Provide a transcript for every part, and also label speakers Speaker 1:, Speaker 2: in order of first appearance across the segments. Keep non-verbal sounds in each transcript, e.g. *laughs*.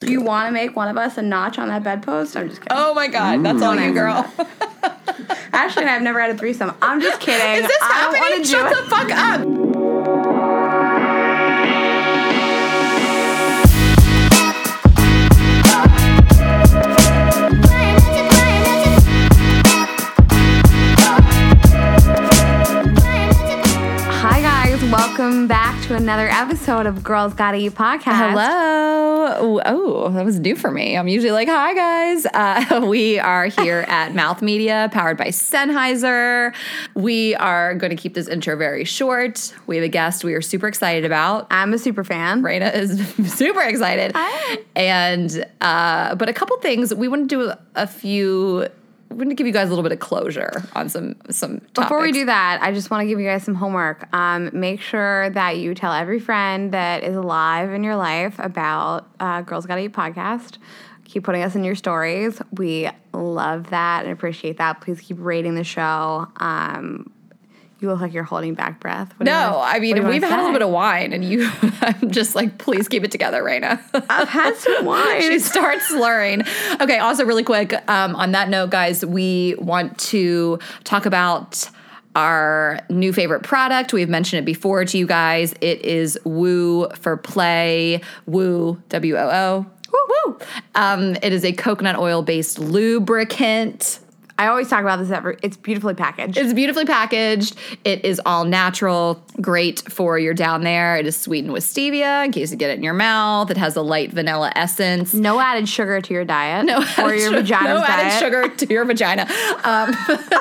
Speaker 1: Do you want to make one of us a notch on that bedpost? I'm just kidding.
Speaker 2: Oh my god, that's all you, girl.
Speaker 1: Ashley and I have never had a threesome. I'm just kidding.
Speaker 2: Oh. *laughs* Is this
Speaker 1: I don't
Speaker 2: happening?
Speaker 1: want to do
Speaker 2: Shut
Speaker 1: it.
Speaker 2: the fuck up.
Speaker 1: Hi guys, welcome back to another episode of Girls Gotta Eat podcast.
Speaker 2: Hello. Oh, that was new for me. I'm usually like, hi, guys. Uh, *laughs* we are here at Mouth Media, powered by Sennheiser. We are going to keep this intro very short. We have a guest we are super excited about.
Speaker 1: I'm a super fan.
Speaker 2: Raina is *laughs* super excited.
Speaker 1: I am.
Speaker 2: And, uh, but a couple things, we want to do a, a few. We're going to give you guys a little bit of closure on some some.
Speaker 1: Before we
Speaker 2: topics.
Speaker 1: do that, I just want to give you guys some homework. Um, make sure that you tell every friend that is alive in your life about uh, Girls Gotta Eat podcast. Keep putting us in your stories. We love that and appreciate that. Please keep rating the show. Um, you look like you're holding back breath. What do you
Speaker 2: no,
Speaker 1: wanna-
Speaker 2: I
Speaker 1: what do
Speaker 2: mean
Speaker 1: you
Speaker 2: we've
Speaker 1: wanna
Speaker 2: had a
Speaker 1: say?
Speaker 2: little bit of wine, and you, *laughs* I'm just like, please keep it together, Raina. *laughs*
Speaker 1: I've had some wine.
Speaker 2: she starts slurring. Okay, also, really quick um, on that note, guys, we want to talk about our new favorite product. We've mentioned it before to you guys. It is Woo for Play, Woo, W O O. Woo, woo. Um, it is a coconut oil based lubricant.
Speaker 1: I always talk about this. Every, it's beautifully packaged.
Speaker 2: It's beautifully packaged. It is all natural, great for your down there. It is sweetened with stevia in case you get it in your mouth. It has a light vanilla essence.
Speaker 1: no added sugar to your diet. No or your
Speaker 2: Added sugar-
Speaker 1: vagina's
Speaker 2: *laughs* no
Speaker 1: diet.
Speaker 2: added sugar to your vagina. Um, *laughs*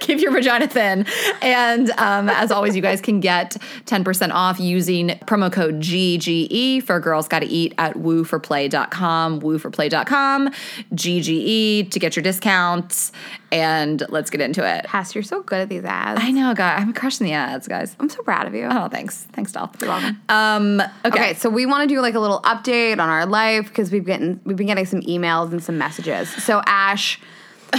Speaker 2: keep your vagina thin. And um, as always, you guys can get 10% off using promo code GGE for Girls Gotta Eat at wooforplay.com, wooforplay.com, GGE E to get your discounts. And let's get into it.
Speaker 1: Cass, you're so good at these ads.
Speaker 2: I know, guys. I'm crushing the ads, guys.
Speaker 1: I'm so proud of you.
Speaker 2: Oh, thanks. Thanks, doll. You're
Speaker 1: welcome.
Speaker 2: Um, okay.
Speaker 1: Okay, so we want to do like a little update on our life because we've getting we've been getting some emails and some messages. So Ash,
Speaker 2: *sighs*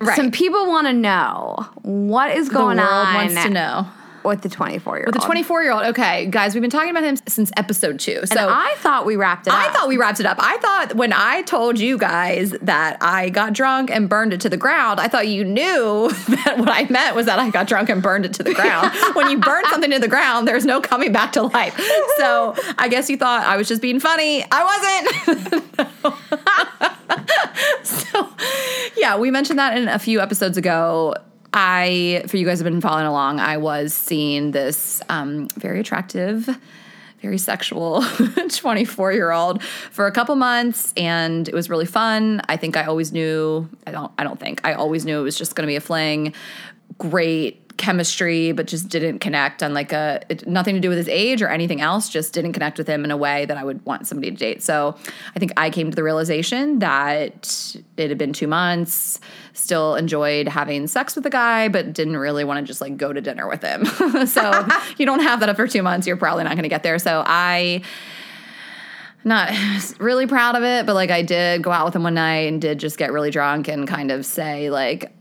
Speaker 2: Right.
Speaker 1: some people want to know what is
Speaker 2: the
Speaker 1: going
Speaker 2: world
Speaker 1: on
Speaker 2: wants to know.
Speaker 1: with the 24 year old.
Speaker 2: The 24 year old. Okay, guys, we've been talking about him since episode two. So
Speaker 1: I thought we wrapped it.
Speaker 2: I
Speaker 1: up.
Speaker 2: thought we wrapped it up. I thought when I told you guys that I got drunk and burned it to the ground, I thought you knew *laughs* that what I meant was that I got drunk and burned it to the *laughs* ground. when you burn something to the ground, there's no coming back to life. So I guess you thought I was just being funny. I wasn't. *laughs* so yeah, we mentioned that in a few episodes ago. I, for you guys have been following along, I was seeing this um, very attractive, very sexual *laughs* 24 year old for a couple months, and it was really fun. I think I always knew. I don't. I don't think I always knew it was just going to be a fling. Great chemistry, but just didn't connect on like a it, nothing to do with his age or anything else. Just didn't connect with him in a way that I would want somebody to date. So I think I came to the realization that it had been two months. Still enjoyed having sex with the guy, but didn't really want to just like go to dinner with him. *laughs* so if you don't have that after two months. You're probably not going to get there. So I. Not really proud of it, but like I did go out with him one night and did just get really drunk and kind of say like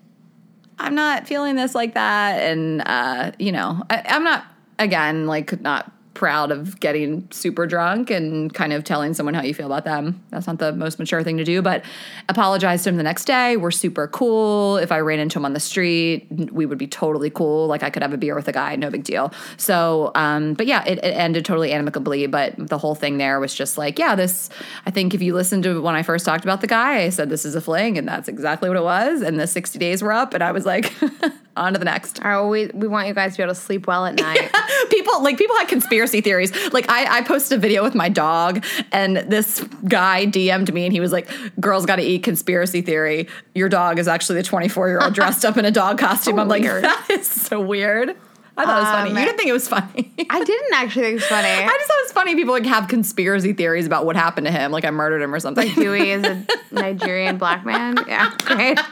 Speaker 2: I'm not feeling this like that. And, uh, you know, I, I'm not, again, like, not proud of getting super drunk and kind of telling someone how you feel about them. That's not the most mature thing to do, but apologize to him the next day. We're super cool. If I ran into him on the street, we would be totally cool. Like, I could have a beer with a guy, no big deal. So, um, but yeah, it, it ended totally amicably. But the whole thing there was just like, yeah, this, I think if you listen to when I first talked about the guy, I said, this is a fling. And that's exactly what it was. And the 60 days were up. And I was like, *laughs* on to the next.
Speaker 1: All right, well, we we want you guys to be able to sleep well
Speaker 2: *laughs*
Speaker 1: at night.
Speaker 2: People like people had conspiracy theories. Like I, I posted a video with my dog, and this guy DM'd me, and he was like, "Girls got to eat conspiracy theory. Your dog is actually the 24
Speaker 1: *laughs*
Speaker 2: year old dressed up in a dog costume." I'm like,
Speaker 1: weird.
Speaker 2: *laughs* that is so weird. I thought it was funny.
Speaker 1: Um,
Speaker 2: You didn't think it
Speaker 1: *laughs*
Speaker 2: was funny.
Speaker 1: I didn't actually think it's funny.
Speaker 2: I just thought it was funny. People like have conspiracy theories about what happened to him, like I murdered him or something.
Speaker 1: Dewey is a Nigerian black man. Yeah, right.
Speaker 2: *laughs*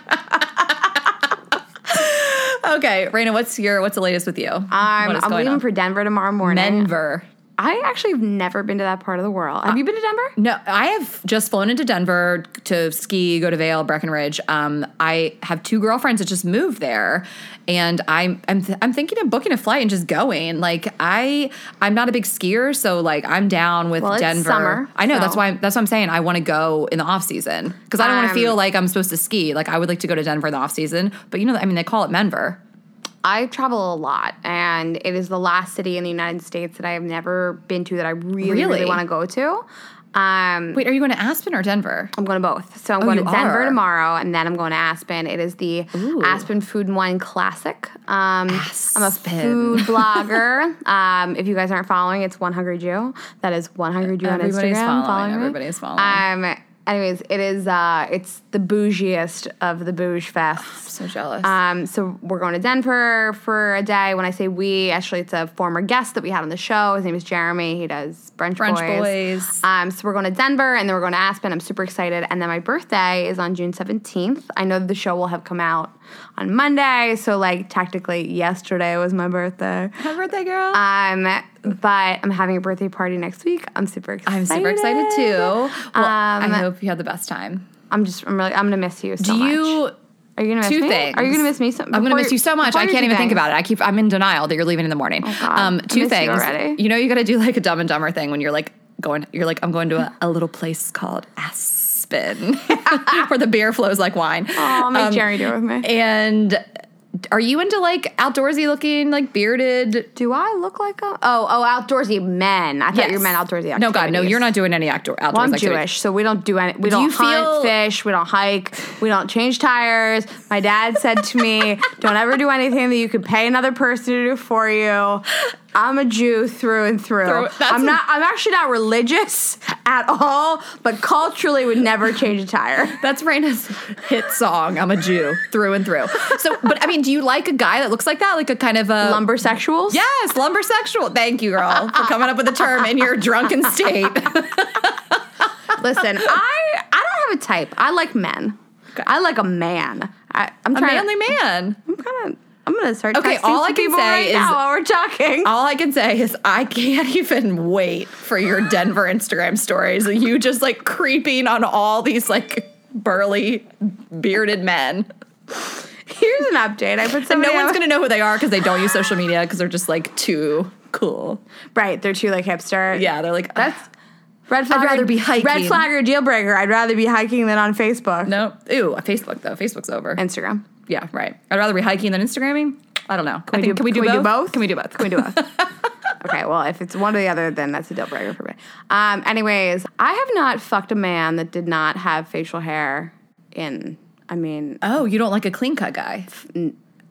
Speaker 2: okay, Raina, what's your what's the latest with you?
Speaker 1: Um,
Speaker 2: What is
Speaker 1: I'm
Speaker 2: going
Speaker 1: leaving
Speaker 2: on?
Speaker 1: for Denver tomorrow morning.
Speaker 2: Denver.
Speaker 1: I actually have never been to that part of the world. Have you been to Denver?
Speaker 2: No, I have just flown into Denver to ski, go to Vail, Breckenridge. Um, I have two girlfriends that just moved there, and I'm I'm th- I'm thinking of booking a flight and just going. Like I I'm not a big skier, so like I'm down with
Speaker 1: Well, it's
Speaker 2: Denver.
Speaker 1: summer,
Speaker 2: I know that's
Speaker 1: so-
Speaker 2: why I'm, that's what I'm saying. I want to go in the off season because I don't want
Speaker 1: Um,
Speaker 2: to feel like I'm supposed to ski. Like I would like to go to Denver in the off season, but you know, I mean, they call it Menver.
Speaker 1: I travel a lot, and it is the last city in the United States that I have never been to that I really, really,
Speaker 2: Really?
Speaker 1: want to go to. Um,
Speaker 2: Wait, are you going to Aspen or Denver?
Speaker 1: I'm going to both. So I'm going to
Speaker 2: Oh, you
Speaker 1: Denver
Speaker 2: are.
Speaker 1: tomorrow, and then I'm going to Aspen. It is the Aspen Food and Wine Classic. Um, I'm a
Speaker 2: Aspen. *laughs*
Speaker 1: food blogger. Um, if you guys aren't following, it's One Hungry Jew. That is One Hungry Jew on Instagram.
Speaker 2: Everybody's following,
Speaker 1: me.
Speaker 2: everybody's following.
Speaker 1: Um, anyways, it is. Uh, it's the bougiest of the bouge fests.
Speaker 2: So jealous.
Speaker 1: Um, so we're going to Denver for a day. When I say we, actually, it's a former guest that we had on the show. His name is Jeremy. He does Brunch,
Speaker 2: French
Speaker 1: Boys.
Speaker 2: boys.
Speaker 1: Um, so we're going to Denver, and then we're going to Aspen. I'm super excited. And then my birthday is on June 17th. I know the show will have come out on Monday, so like technically yesterday was my birthday.
Speaker 2: Happy birthday, girl.
Speaker 1: Um, but I'm having a birthday party next week. I'm super excited.
Speaker 2: I'm super excited too. Well,
Speaker 1: Um,
Speaker 2: I hope you had the best time.
Speaker 1: I'm just. I'm really. I'm gonna miss you. So
Speaker 2: Do
Speaker 1: much.
Speaker 2: you?
Speaker 1: Are you gonna miss
Speaker 2: Two
Speaker 1: me?
Speaker 2: things.
Speaker 1: Are you gonna miss me? So,
Speaker 2: I'm gonna miss you so much. I can't even think
Speaker 1: about it.
Speaker 2: about it. I keep. I'm in denial that you're leaving in the morning.
Speaker 1: Oh, God. I
Speaker 2: um, two
Speaker 1: miss you
Speaker 2: things.
Speaker 1: already.
Speaker 2: know, you got to do like a Dumb and Dumber thing when you're like going. You're like, I'm going to a, a little place called Aspen, *laughs* where the beer flows like wine.
Speaker 1: I'll make
Speaker 2: Um,
Speaker 1: Jerry do it with me.
Speaker 2: And are you into like outdoorsy looking, like bearded?
Speaker 1: do I look like a? Oh, oh, outdoorsy men. I thought you meant outdoorsy. Activities.
Speaker 2: No, God, no. You're not doing any outdoor outdoors.
Speaker 1: Well, I'm
Speaker 2: activities.
Speaker 1: Jewish, so we don't do any. We do not
Speaker 2: you
Speaker 1: hunt,
Speaker 2: feel-
Speaker 1: fish. We don't hike. We don't change tires. My dad said to
Speaker 2: *laughs*
Speaker 1: me, "Don't ever do anything that you could pay another person to do for you." I'm a Jew through and through.
Speaker 2: Through- that's
Speaker 1: I'm
Speaker 2: a-
Speaker 1: not. I'm actually not religious at all, but culturally would never change a
Speaker 2: *laughs*
Speaker 1: tire.
Speaker 2: That's Raina's hit song. I'm a Jew through and through. So, but I mean, do you like a guy that looks like that? Like a kind of a
Speaker 1: Lumber sexuals.
Speaker 2: Yes, lumber sexual. Thank you, girl, for coming up with a term in your drunken *laughs* state. *laughs*
Speaker 1: Listen, I I don't have a type. I like men. I like a man. I, I'm
Speaker 2: A
Speaker 1: trying.
Speaker 2: manly man.
Speaker 1: I'm kind of. I'm gonna start.
Speaker 2: Okay,
Speaker 1: texting
Speaker 2: all
Speaker 1: some
Speaker 2: I can
Speaker 1: people
Speaker 2: say
Speaker 1: right
Speaker 2: is-
Speaker 1: now while we're
Speaker 2: *laughs*
Speaker 1: talking. *laughs*
Speaker 2: All I can say is I can't even wait for your Denver Instagram stories. You just like creeping on all these like burly, bearded men.
Speaker 1: Here's an update. I put
Speaker 2: And
Speaker 1: somebody.
Speaker 2: no one's
Speaker 1: on-
Speaker 2: gonna know who they are because they don't use social media because they're just like too cool.
Speaker 1: Right, they're too like hipster.
Speaker 2: Yeah, they're like
Speaker 1: that's red flag.
Speaker 2: rather
Speaker 1: or-
Speaker 2: be hiking.
Speaker 1: Red flag or deal breaker. I'd rather be hiking than on Facebook,
Speaker 2: no. Ooh, Facebook though. Facebook's over.
Speaker 1: Instagram.
Speaker 2: Yeah, right. I'd rather be hiking than Instagramming. I don't know. Can, I think, can we do both? Can we do both?
Speaker 1: Can we do
Speaker 2: *laughs*
Speaker 1: both? okay, well, if it's one or the other, then that's a deal breaker for me. Um, anyways, I have not fucked a man that did not have facial hair in. I mean,
Speaker 2: Oh, you don't like a clean cut guy.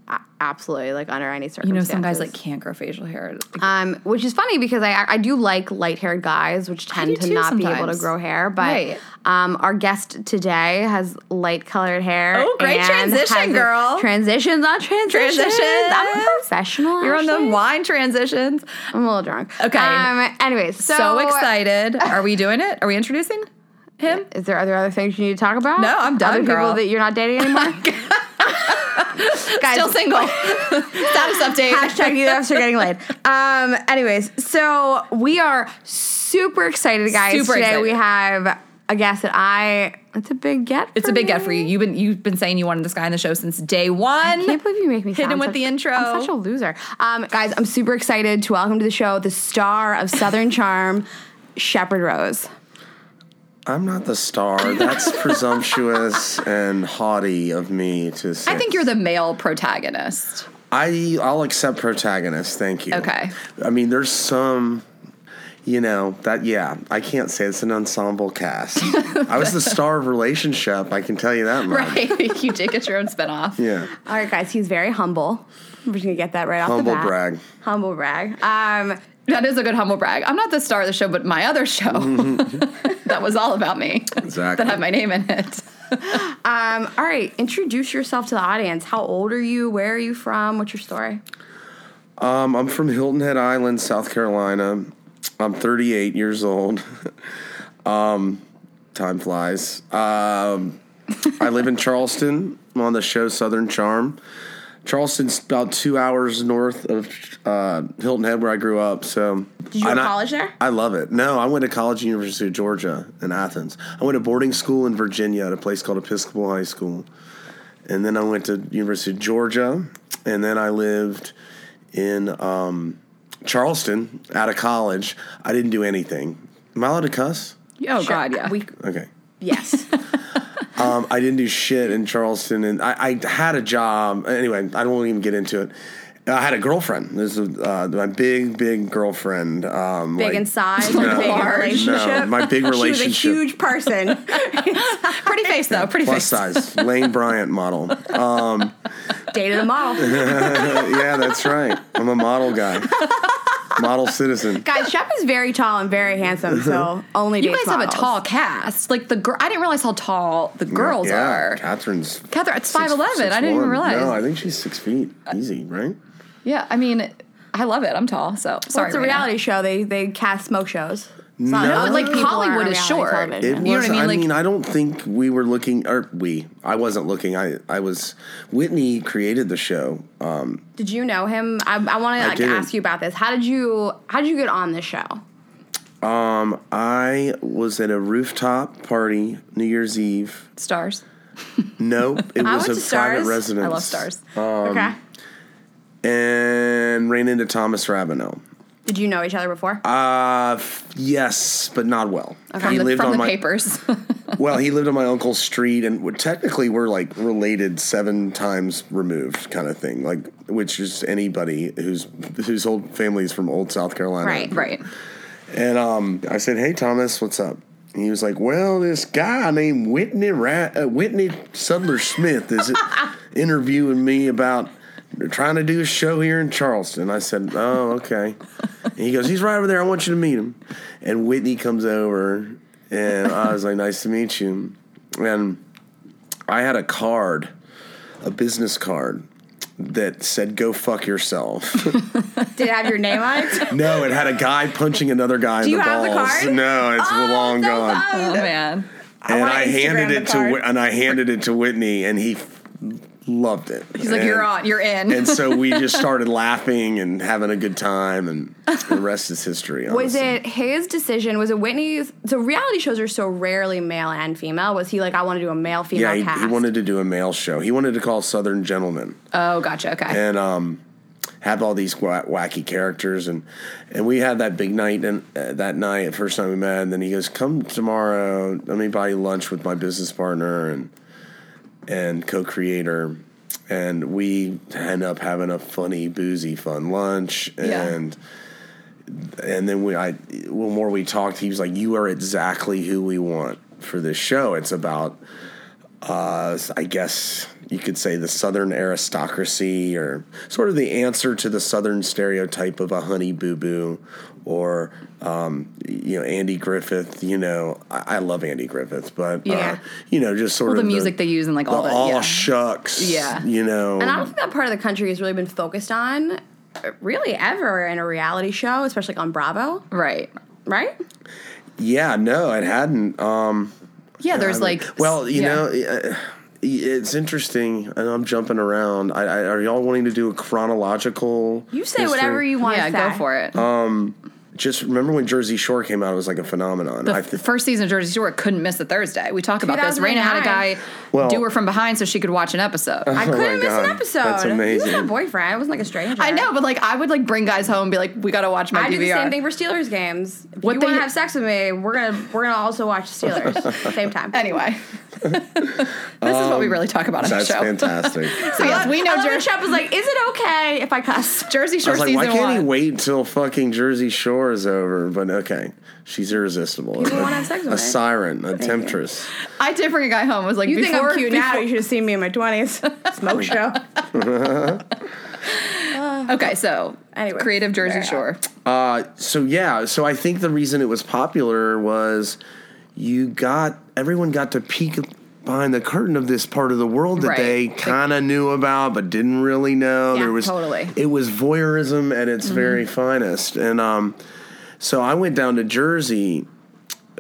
Speaker 1: a- absolutely, like under any circumstances.
Speaker 2: You know, some guys like can't grow facial hair.
Speaker 1: Um, which is funny because I I do like light haired guys, which tend
Speaker 2: do
Speaker 1: to
Speaker 2: too
Speaker 1: not be able to
Speaker 2: sometimes.
Speaker 1: grow hair. But
Speaker 2: Right.
Speaker 1: um, our guest today has light colored hair.
Speaker 2: Oh, great
Speaker 1: and
Speaker 2: transition,
Speaker 1: has a-
Speaker 2: girl.
Speaker 1: Transitions on transitions.
Speaker 2: Transitions.
Speaker 1: I'm a professional.
Speaker 2: You're on
Speaker 1: actually.
Speaker 2: the wine transitions.
Speaker 1: I'm a little drunk.
Speaker 2: Okay.
Speaker 1: Um. Anyways, so,
Speaker 2: So, *laughs* excited. Are we doing it? Are we introducing him?
Speaker 1: Is there are there other things you need to talk about?
Speaker 2: No, I'm done,
Speaker 1: Other people
Speaker 2: girl.
Speaker 1: that you're not dating
Speaker 2: *laughs*
Speaker 1: anymore. Guys,
Speaker 2: Still *laughs* single. Status update.
Speaker 1: Hashtag either of us are getting laid. Um, anyways, so we are super excited, guys.
Speaker 2: Super
Speaker 1: Today we
Speaker 2: excited.
Speaker 1: have a guest that I. It's a big get.
Speaker 2: It's a big get
Speaker 1: me.
Speaker 2: for you. You've been you've been saying you wanted this guy on the show since day one.
Speaker 1: I can't believe you make me
Speaker 2: Hit
Speaker 1: sound
Speaker 2: him with
Speaker 1: such-
Speaker 2: the intro.
Speaker 1: I'm such a loser, um, guys. I'm super excited to welcome to the show the star of Southern Charm, Shepherd Rose.
Speaker 3: I'm not the
Speaker 2: *laughs*
Speaker 3: star. That's presumptuous and haughty of me to say.
Speaker 2: I think you're the male protagonist.
Speaker 3: I I'll accept protagonist. Thank you.
Speaker 2: Okay.
Speaker 3: I mean, there's some. You know that yeah. I can't say it's an
Speaker 2: *laughs*
Speaker 3: ensemble cast. I was the star of relationship. I can tell you that
Speaker 2: *laughs*
Speaker 3: much.
Speaker 2: Right. *laughs* you did get your own spinoff.
Speaker 3: Yeah.
Speaker 1: All right, guys. He's very humble. We're just gonna get that right
Speaker 3: Humble
Speaker 1: off the bat.
Speaker 3: brag.
Speaker 1: Humble brag. Um,
Speaker 2: That is a good humble brag. I'm not the star of the show, but my other show *laughs* that was all about me.
Speaker 3: Exactly.
Speaker 2: *laughs* That had my name in it.
Speaker 1: um, all right. Introduce yourself to the audience. How old are you? Where are you from? What's your story?
Speaker 3: Um, I'm from Hilton Head Island, South Carolina. I'm 38 years old. um, time flies. Um, I live in Charleston I'm on the show Southern Charm. Charleston's about two hours north of uh, Hilton Head, where I grew up. So
Speaker 1: Did you go
Speaker 3: And
Speaker 1: to
Speaker 3: I-
Speaker 1: college there?
Speaker 3: I love it. No, I went to college, at University of Georgia in Athens. I went to boarding school in Virginia at a place called Episcopal High School, and then I went to University of Georgia, and then I lived in um, Charleston out of college. I didn't do anything. Am I allowed to cuss?
Speaker 2: Oh God, yeah.
Speaker 1: We,
Speaker 3: Okay.
Speaker 1: yes.
Speaker 3: Um, I didn't do shit in Charleston, and I, I had a job. Anyway, I don't want to even get into it. I had a girlfriend. This is uh, my big, big girlfriend. Um,
Speaker 1: Big
Speaker 3: like-
Speaker 1: inside,
Speaker 2: *laughs*
Speaker 3: *laughs* No,
Speaker 1: big in
Speaker 2: large.
Speaker 1: relationship.
Speaker 2: *laughs*
Speaker 3: No, my big
Speaker 1: She was a
Speaker 3: relationship.
Speaker 1: huge person.
Speaker 2: pretty face though. Pretty
Speaker 3: plus uh,
Speaker 2: face.
Speaker 3: size Lane
Speaker 2: *laughs*
Speaker 3: Bryant model. Um,
Speaker 1: Dated a model.
Speaker 3: yeah, that's right. I'm a model guy,
Speaker 2: *laughs*
Speaker 3: model citizen.
Speaker 1: Guys, Shep is very tall and very handsome, so only
Speaker 2: You
Speaker 1: dates
Speaker 2: guys have a
Speaker 1: models.
Speaker 2: tall cast. Like the girl, I didn't realize how tall the girls
Speaker 3: yeah,
Speaker 2: are.
Speaker 3: Catherine's
Speaker 2: Catherine, it's
Speaker 3: six-
Speaker 2: five eleven. I didn't even
Speaker 3: 6'1".
Speaker 2: realize.
Speaker 3: No, I think she's six feet. Easy, right?
Speaker 2: yeah, I mean, I love it. I'm tall, so sorry.
Speaker 1: It's a
Speaker 2: Raina.
Speaker 1: reality show. They they cast smoke shows. It's
Speaker 3: No,
Speaker 1: not-
Speaker 3: but,
Speaker 2: like,
Speaker 1: people are
Speaker 2: Hollywood
Speaker 1: on
Speaker 2: is
Speaker 1: reality
Speaker 2: short.
Speaker 1: television.
Speaker 3: It
Speaker 2: You know what
Speaker 3: was.
Speaker 2: I mean?
Speaker 3: I
Speaker 2: Like-
Speaker 3: mean, I don't think we were looking, or we. I wasn't looking. I, I was. Whitney created the show. Um,
Speaker 1: Did you know him? I, I want to like
Speaker 3: didn't.
Speaker 1: ask you about this. How did you how did you get on this show?
Speaker 3: um, I was at a rooftop party New Year's Eve.
Speaker 2: Stars.
Speaker 3: Nope,
Speaker 2: *laughs*
Speaker 3: it
Speaker 1: I
Speaker 3: was
Speaker 1: went
Speaker 3: a
Speaker 1: to
Speaker 3: private
Speaker 1: Stars. I
Speaker 3: residence.
Speaker 2: I love stars.
Speaker 1: okay.
Speaker 3: And ran into Thomas Rabineau.
Speaker 1: Did you know each other before?
Speaker 3: Uh, f- yes, but not well.
Speaker 2: from the, from the
Speaker 3: my *laughs*
Speaker 2: papers. *laughs*
Speaker 3: well. He lived on my uncle's street, and we're, technically we're like related seven times removed, kind of thing. Like, which is anybody whose whose whole family is from old South Carolina,
Speaker 1: Right.
Speaker 2: right.
Speaker 3: And um, I said, "Hey, Thomas, what's up?" And he was like, "Well, this guy named Whitney Ra- uh, Whitney Sudler Smith is *laughs* interviewing me about trying to do a show here in Charleston." I said, "Oh, okay." And he goes, "He's right over there. I want you to meet him." And Whitney comes over, and I was like, "Nice to meet you." And I had a card, a business card, that said, "Go fuck yourself."
Speaker 1: Did it have your name on
Speaker 3: *laughs*
Speaker 1: it?
Speaker 3: No, it had a guy punching another guy in
Speaker 1: you
Speaker 3: the
Speaker 1: have the
Speaker 3: balls.
Speaker 1: card? Oh,
Speaker 3: No, it's long
Speaker 1: so
Speaker 3: gone.
Speaker 1: fun.
Speaker 2: Oh man.
Speaker 3: And
Speaker 1: wanna
Speaker 3: I,
Speaker 1: Instagram
Speaker 3: handed
Speaker 1: the
Speaker 3: it to
Speaker 1: card.
Speaker 3: Whit- and I handed it to Whitney, and he f- loved it.
Speaker 2: He's like, you're on. You're in.
Speaker 3: and so we just started laughing and having a good time, and the rest is history.
Speaker 1: Was
Speaker 3: honestly.
Speaker 1: it his decision? Was it Whitney's? So reality shows are so rarely male and female. Was he like, I want to do a male
Speaker 3: Yeah,
Speaker 1: female
Speaker 3: he,
Speaker 1: cast?
Speaker 3: he wanted to do a male show. He wanted to call Southern Gentleman.
Speaker 2: *laughs* oh, gotcha. Okay.
Speaker 3: and um, have all these wa- wacky characters and and we had that big night and uh, that night first time we met and then he goes come tomorrow let me buy you lunch with my business partner and and co-creator and we end up having a funny boozy fun lunch
Speaker 2: Yeah.
Speaker 3: and and then we I the more we talked he was like you are exactly who we want for this show it's about uh, I guess you could say the Southern aristocracy, or sort of the answer to the Southern stereotype of a honey boo boo, or um, you know Andy Griffith. You know, I, I love Andy Griffith, but
Speaker 1: Yeah.
Speaker 3: uh, you know, just sort
Speaker 2: the
Speaker 3: of
Speaker 2: music they use and like all
Speaker 3: the
Speaker 2: the
Speaker 3: aw
Speaker 2: yeah.
Speaker 3: shucks.
Speaker 2: Yeah.
Speaker 3: you know,
Speaker 1: And I don't think that part of the country has really been focused on, uh, really ever in a reality show, especially like on Bravo,
Speaker 2: right.
Speaker 1: right?
Speaker 3: yeah, no, it hadn't. Um,
Speaker 2: Yeah. There's
Speaker 3: I mean,
Speaker 2: like.
Speaker 3: well, you
Speaker 2: yeah.
Speaker 3: know. uh, It's interesting, and I'm jumping around. I, I, are y'all wanting to do a chronological?
Speaker 1: You say
Speaker 3: history?
Speaker 1: whatever you want
Speaker 2: Yeah.
Speaker 1: to
Speaker 2: Go for it.
Speaker 3: Uh, just remember when Jersey Shore came out, it was like a phenomenon.
Speaker 2: the
Speaker 3: I
Speaker 2: f-
Speaker 3: th-
Speaker 2: first season of Jersey Shore couldn't miss a Thursday. We talk about this. Raina had a
Speaker 1: 2009.
Speaker 2: guy
Speaker 3: Well- Uh-huh.
Speaker 2: do her from behind so she could watch an episode.
Speaker 1: I
Speaker 2: I,
Speaker 3: Oh my
Speaker 1: couldn't miss an
Speaker 3: God,
Speaker 1: episode.
Speaker 3: that's
Speaker 1: He was my
Speaker 3: amazing.
Speaker 1: boyfriend. I wasn't like a stranger.
Speaker 2: I know, but like I would like bring guys home and be like, we gotta watch my
Speaker 1: I
Speaker 2: DVR.
Speaker 1: do the same thing for Steelers games. If
Speaker 2: What
Speaker 1: you
Speaker 2: they-
Speaker 1: want to have sex with me, we're gonna we're gonna also
Speaker 3: *laughs*
Speaker 1: watch Steelers same time.
Speaker 2: *laughs* Anyway, *laughs* this is what we really talk about on the
Speaker 3: Um, that's
Speaker 2: show. *laughs*
Speaker 3: fantastic.
Speaker 1: *laughs*
Speaker 2: So yes, we know
Speaker 1: I love when
Speaker 2: Jer-
Speaker 1: Shep was like, "Is it okay if I cuss?"
Speaker 2: Jersey
Speaker 3: I
Speaker 2: Shore
Speaker 3: was like,
Speaker 2: season
Speaker 3: why can't
Speaker 2: one.
Speaker 3: he wait till fucking Jersey Shore is over? But okay, she's irresistible.
Speaker 1: People wanna have sex with
Speaker 3: a
Speaker 1: me.
Speaker 3: siren, a temptress.
Speaker 2: I did bring a guy home. Was like,
Speaker 1: You
Speaker 2: before,
Speaker 1: think I'm cute now?
Speaker 2: before-
Speaker 1: You should have seen me in my
Speaker 2: *laughs*
Speaker 1: twenties.
Speaker 3: Oh
Speaker 1: Smoke show.
Speaker 2: Okay, so
Speaker 1: Anyway,
Speaker 2: creative Jersey
Speaker 1: there you
Speaker 2: Shore.
Speaker 3: Uh, so yeah, so I think the reason it was popular was you got everyone got to peek behind the curtain of this part of the world that
Speaker 2: Right.
Speaker 3: they kind of knew about but didn't really know.
Speaker 1: Yeah,
Speaker 3: there was
Speaker 2: totally.
Speaker 3: It was voyeurism at its very finest, and um, so I went down to Jersey.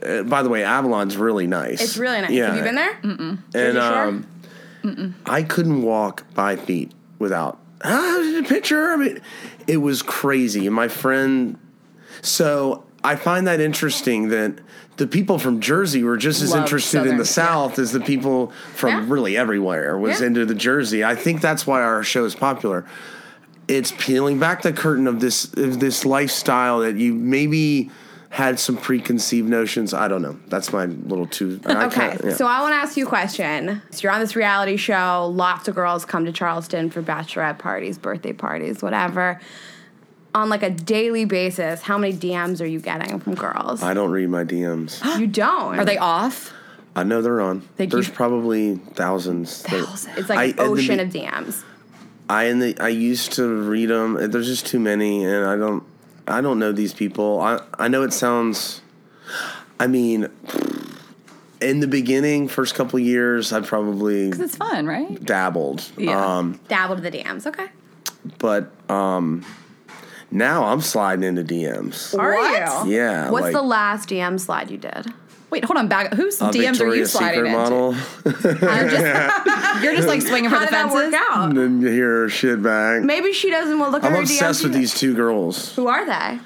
Speaker 3: Uh, by the way, Avalon's really nice.
Speaker 1: It's really nice.
Speaker 3: Yeah,
Speaker 1: Have you been there?
Speaker 3: And
Speaker 1: Jersey Shore?
Speaker 3: um, I couldn't walk five feet. without ah, the picture. I mean, it was crazy. And my friend, so I find that interesting that the people from Jersey were just as
Speaker 2: Loved
Speaker 3: interested in
Speaker 2: Southern,
Speaker 3: the
Speaker 2: yeah.
Speaker 3: South as the people from
Speaker 1: Yeah.
Speaker 3: really everywhere was
Speaker 1: Yeah.
Speaker 3: into the Jersey. I think that's why our show is popular. It's peeling back the curtain of this of this lifestyle that you maybe had some preconceived notions. I don't know. That's my little two. I
Speaker 1: Okay,
Speaker 3: can't- yeah.
Speaker 1: so I want to ask you a question. So you're on this reality show. Lots of girls come to Charleston for bachelorette parties, birthday parties, whatever. On like a daily basis, how many DMs are you getting from girls?
Speaker 3: I don't read my DMs.
Speaker 1: you don't.
Speaker 2: Are they off?
Speaker 3: I know they're on.
Speaker 2: *gasps* Thank
Speaker 3: There's
Speaker 2: you.
Speaker 3: probably thousands. that-
Speaker 2: Thousands.
Speaker 1: It's like
Speaker 3: I-
Speaker 1: an
Speaker 3: in the
Speaker 1: ocean
Speaker 3: be-
Speaker 1: of DMs.
Speaker 3: I and the I used to read them. There's just too many, and I don't I don't know these people. I I know it sounds. I mean, in the beginning, first couple years, I probably
Speaker 2: It's fun, right?
Speaker 3: dabbled.
Speaker 2: Yeah.
Speaker 3: Um,
Speaker 1: Dabbled the DMs. Okay.
Speaker 3: but um, now I'm sliding into DMs.
Speaker 1: Are
Speaker 2: What?
Speaker 1: you?
Speaker 3: Yeah,
Speaker 1: What's
Speaker 3: like
Speaker 1: the last DM slide you did?
Speaker 2: Wait, hold on. Back. Whose
Speaker 3: a
Speaker 2: DMs are you
Speaker 3: Victoria's
Speaker 2: sliding into?
Speaker 3: Secret model. *laughs*
Speaker 1: I'm just,
Speaker 2: You're just like swinging for
Speaker 1: how
Speaker 2: the
Speaker 1: did that
Speaker 2: fences.
Speaker 1: work out?
Speaker 3: and you hear her shit back.
Speaker 1: Maybe she doesn't want to look at
Speaker 3: I'm
Speaker 1: her
Speaker 3: obsessed
Speaker 1: DMs
Speaker 3: with
Speaker 1: either.
Speaker 3: these two girls.
Speaker 1: Who are they?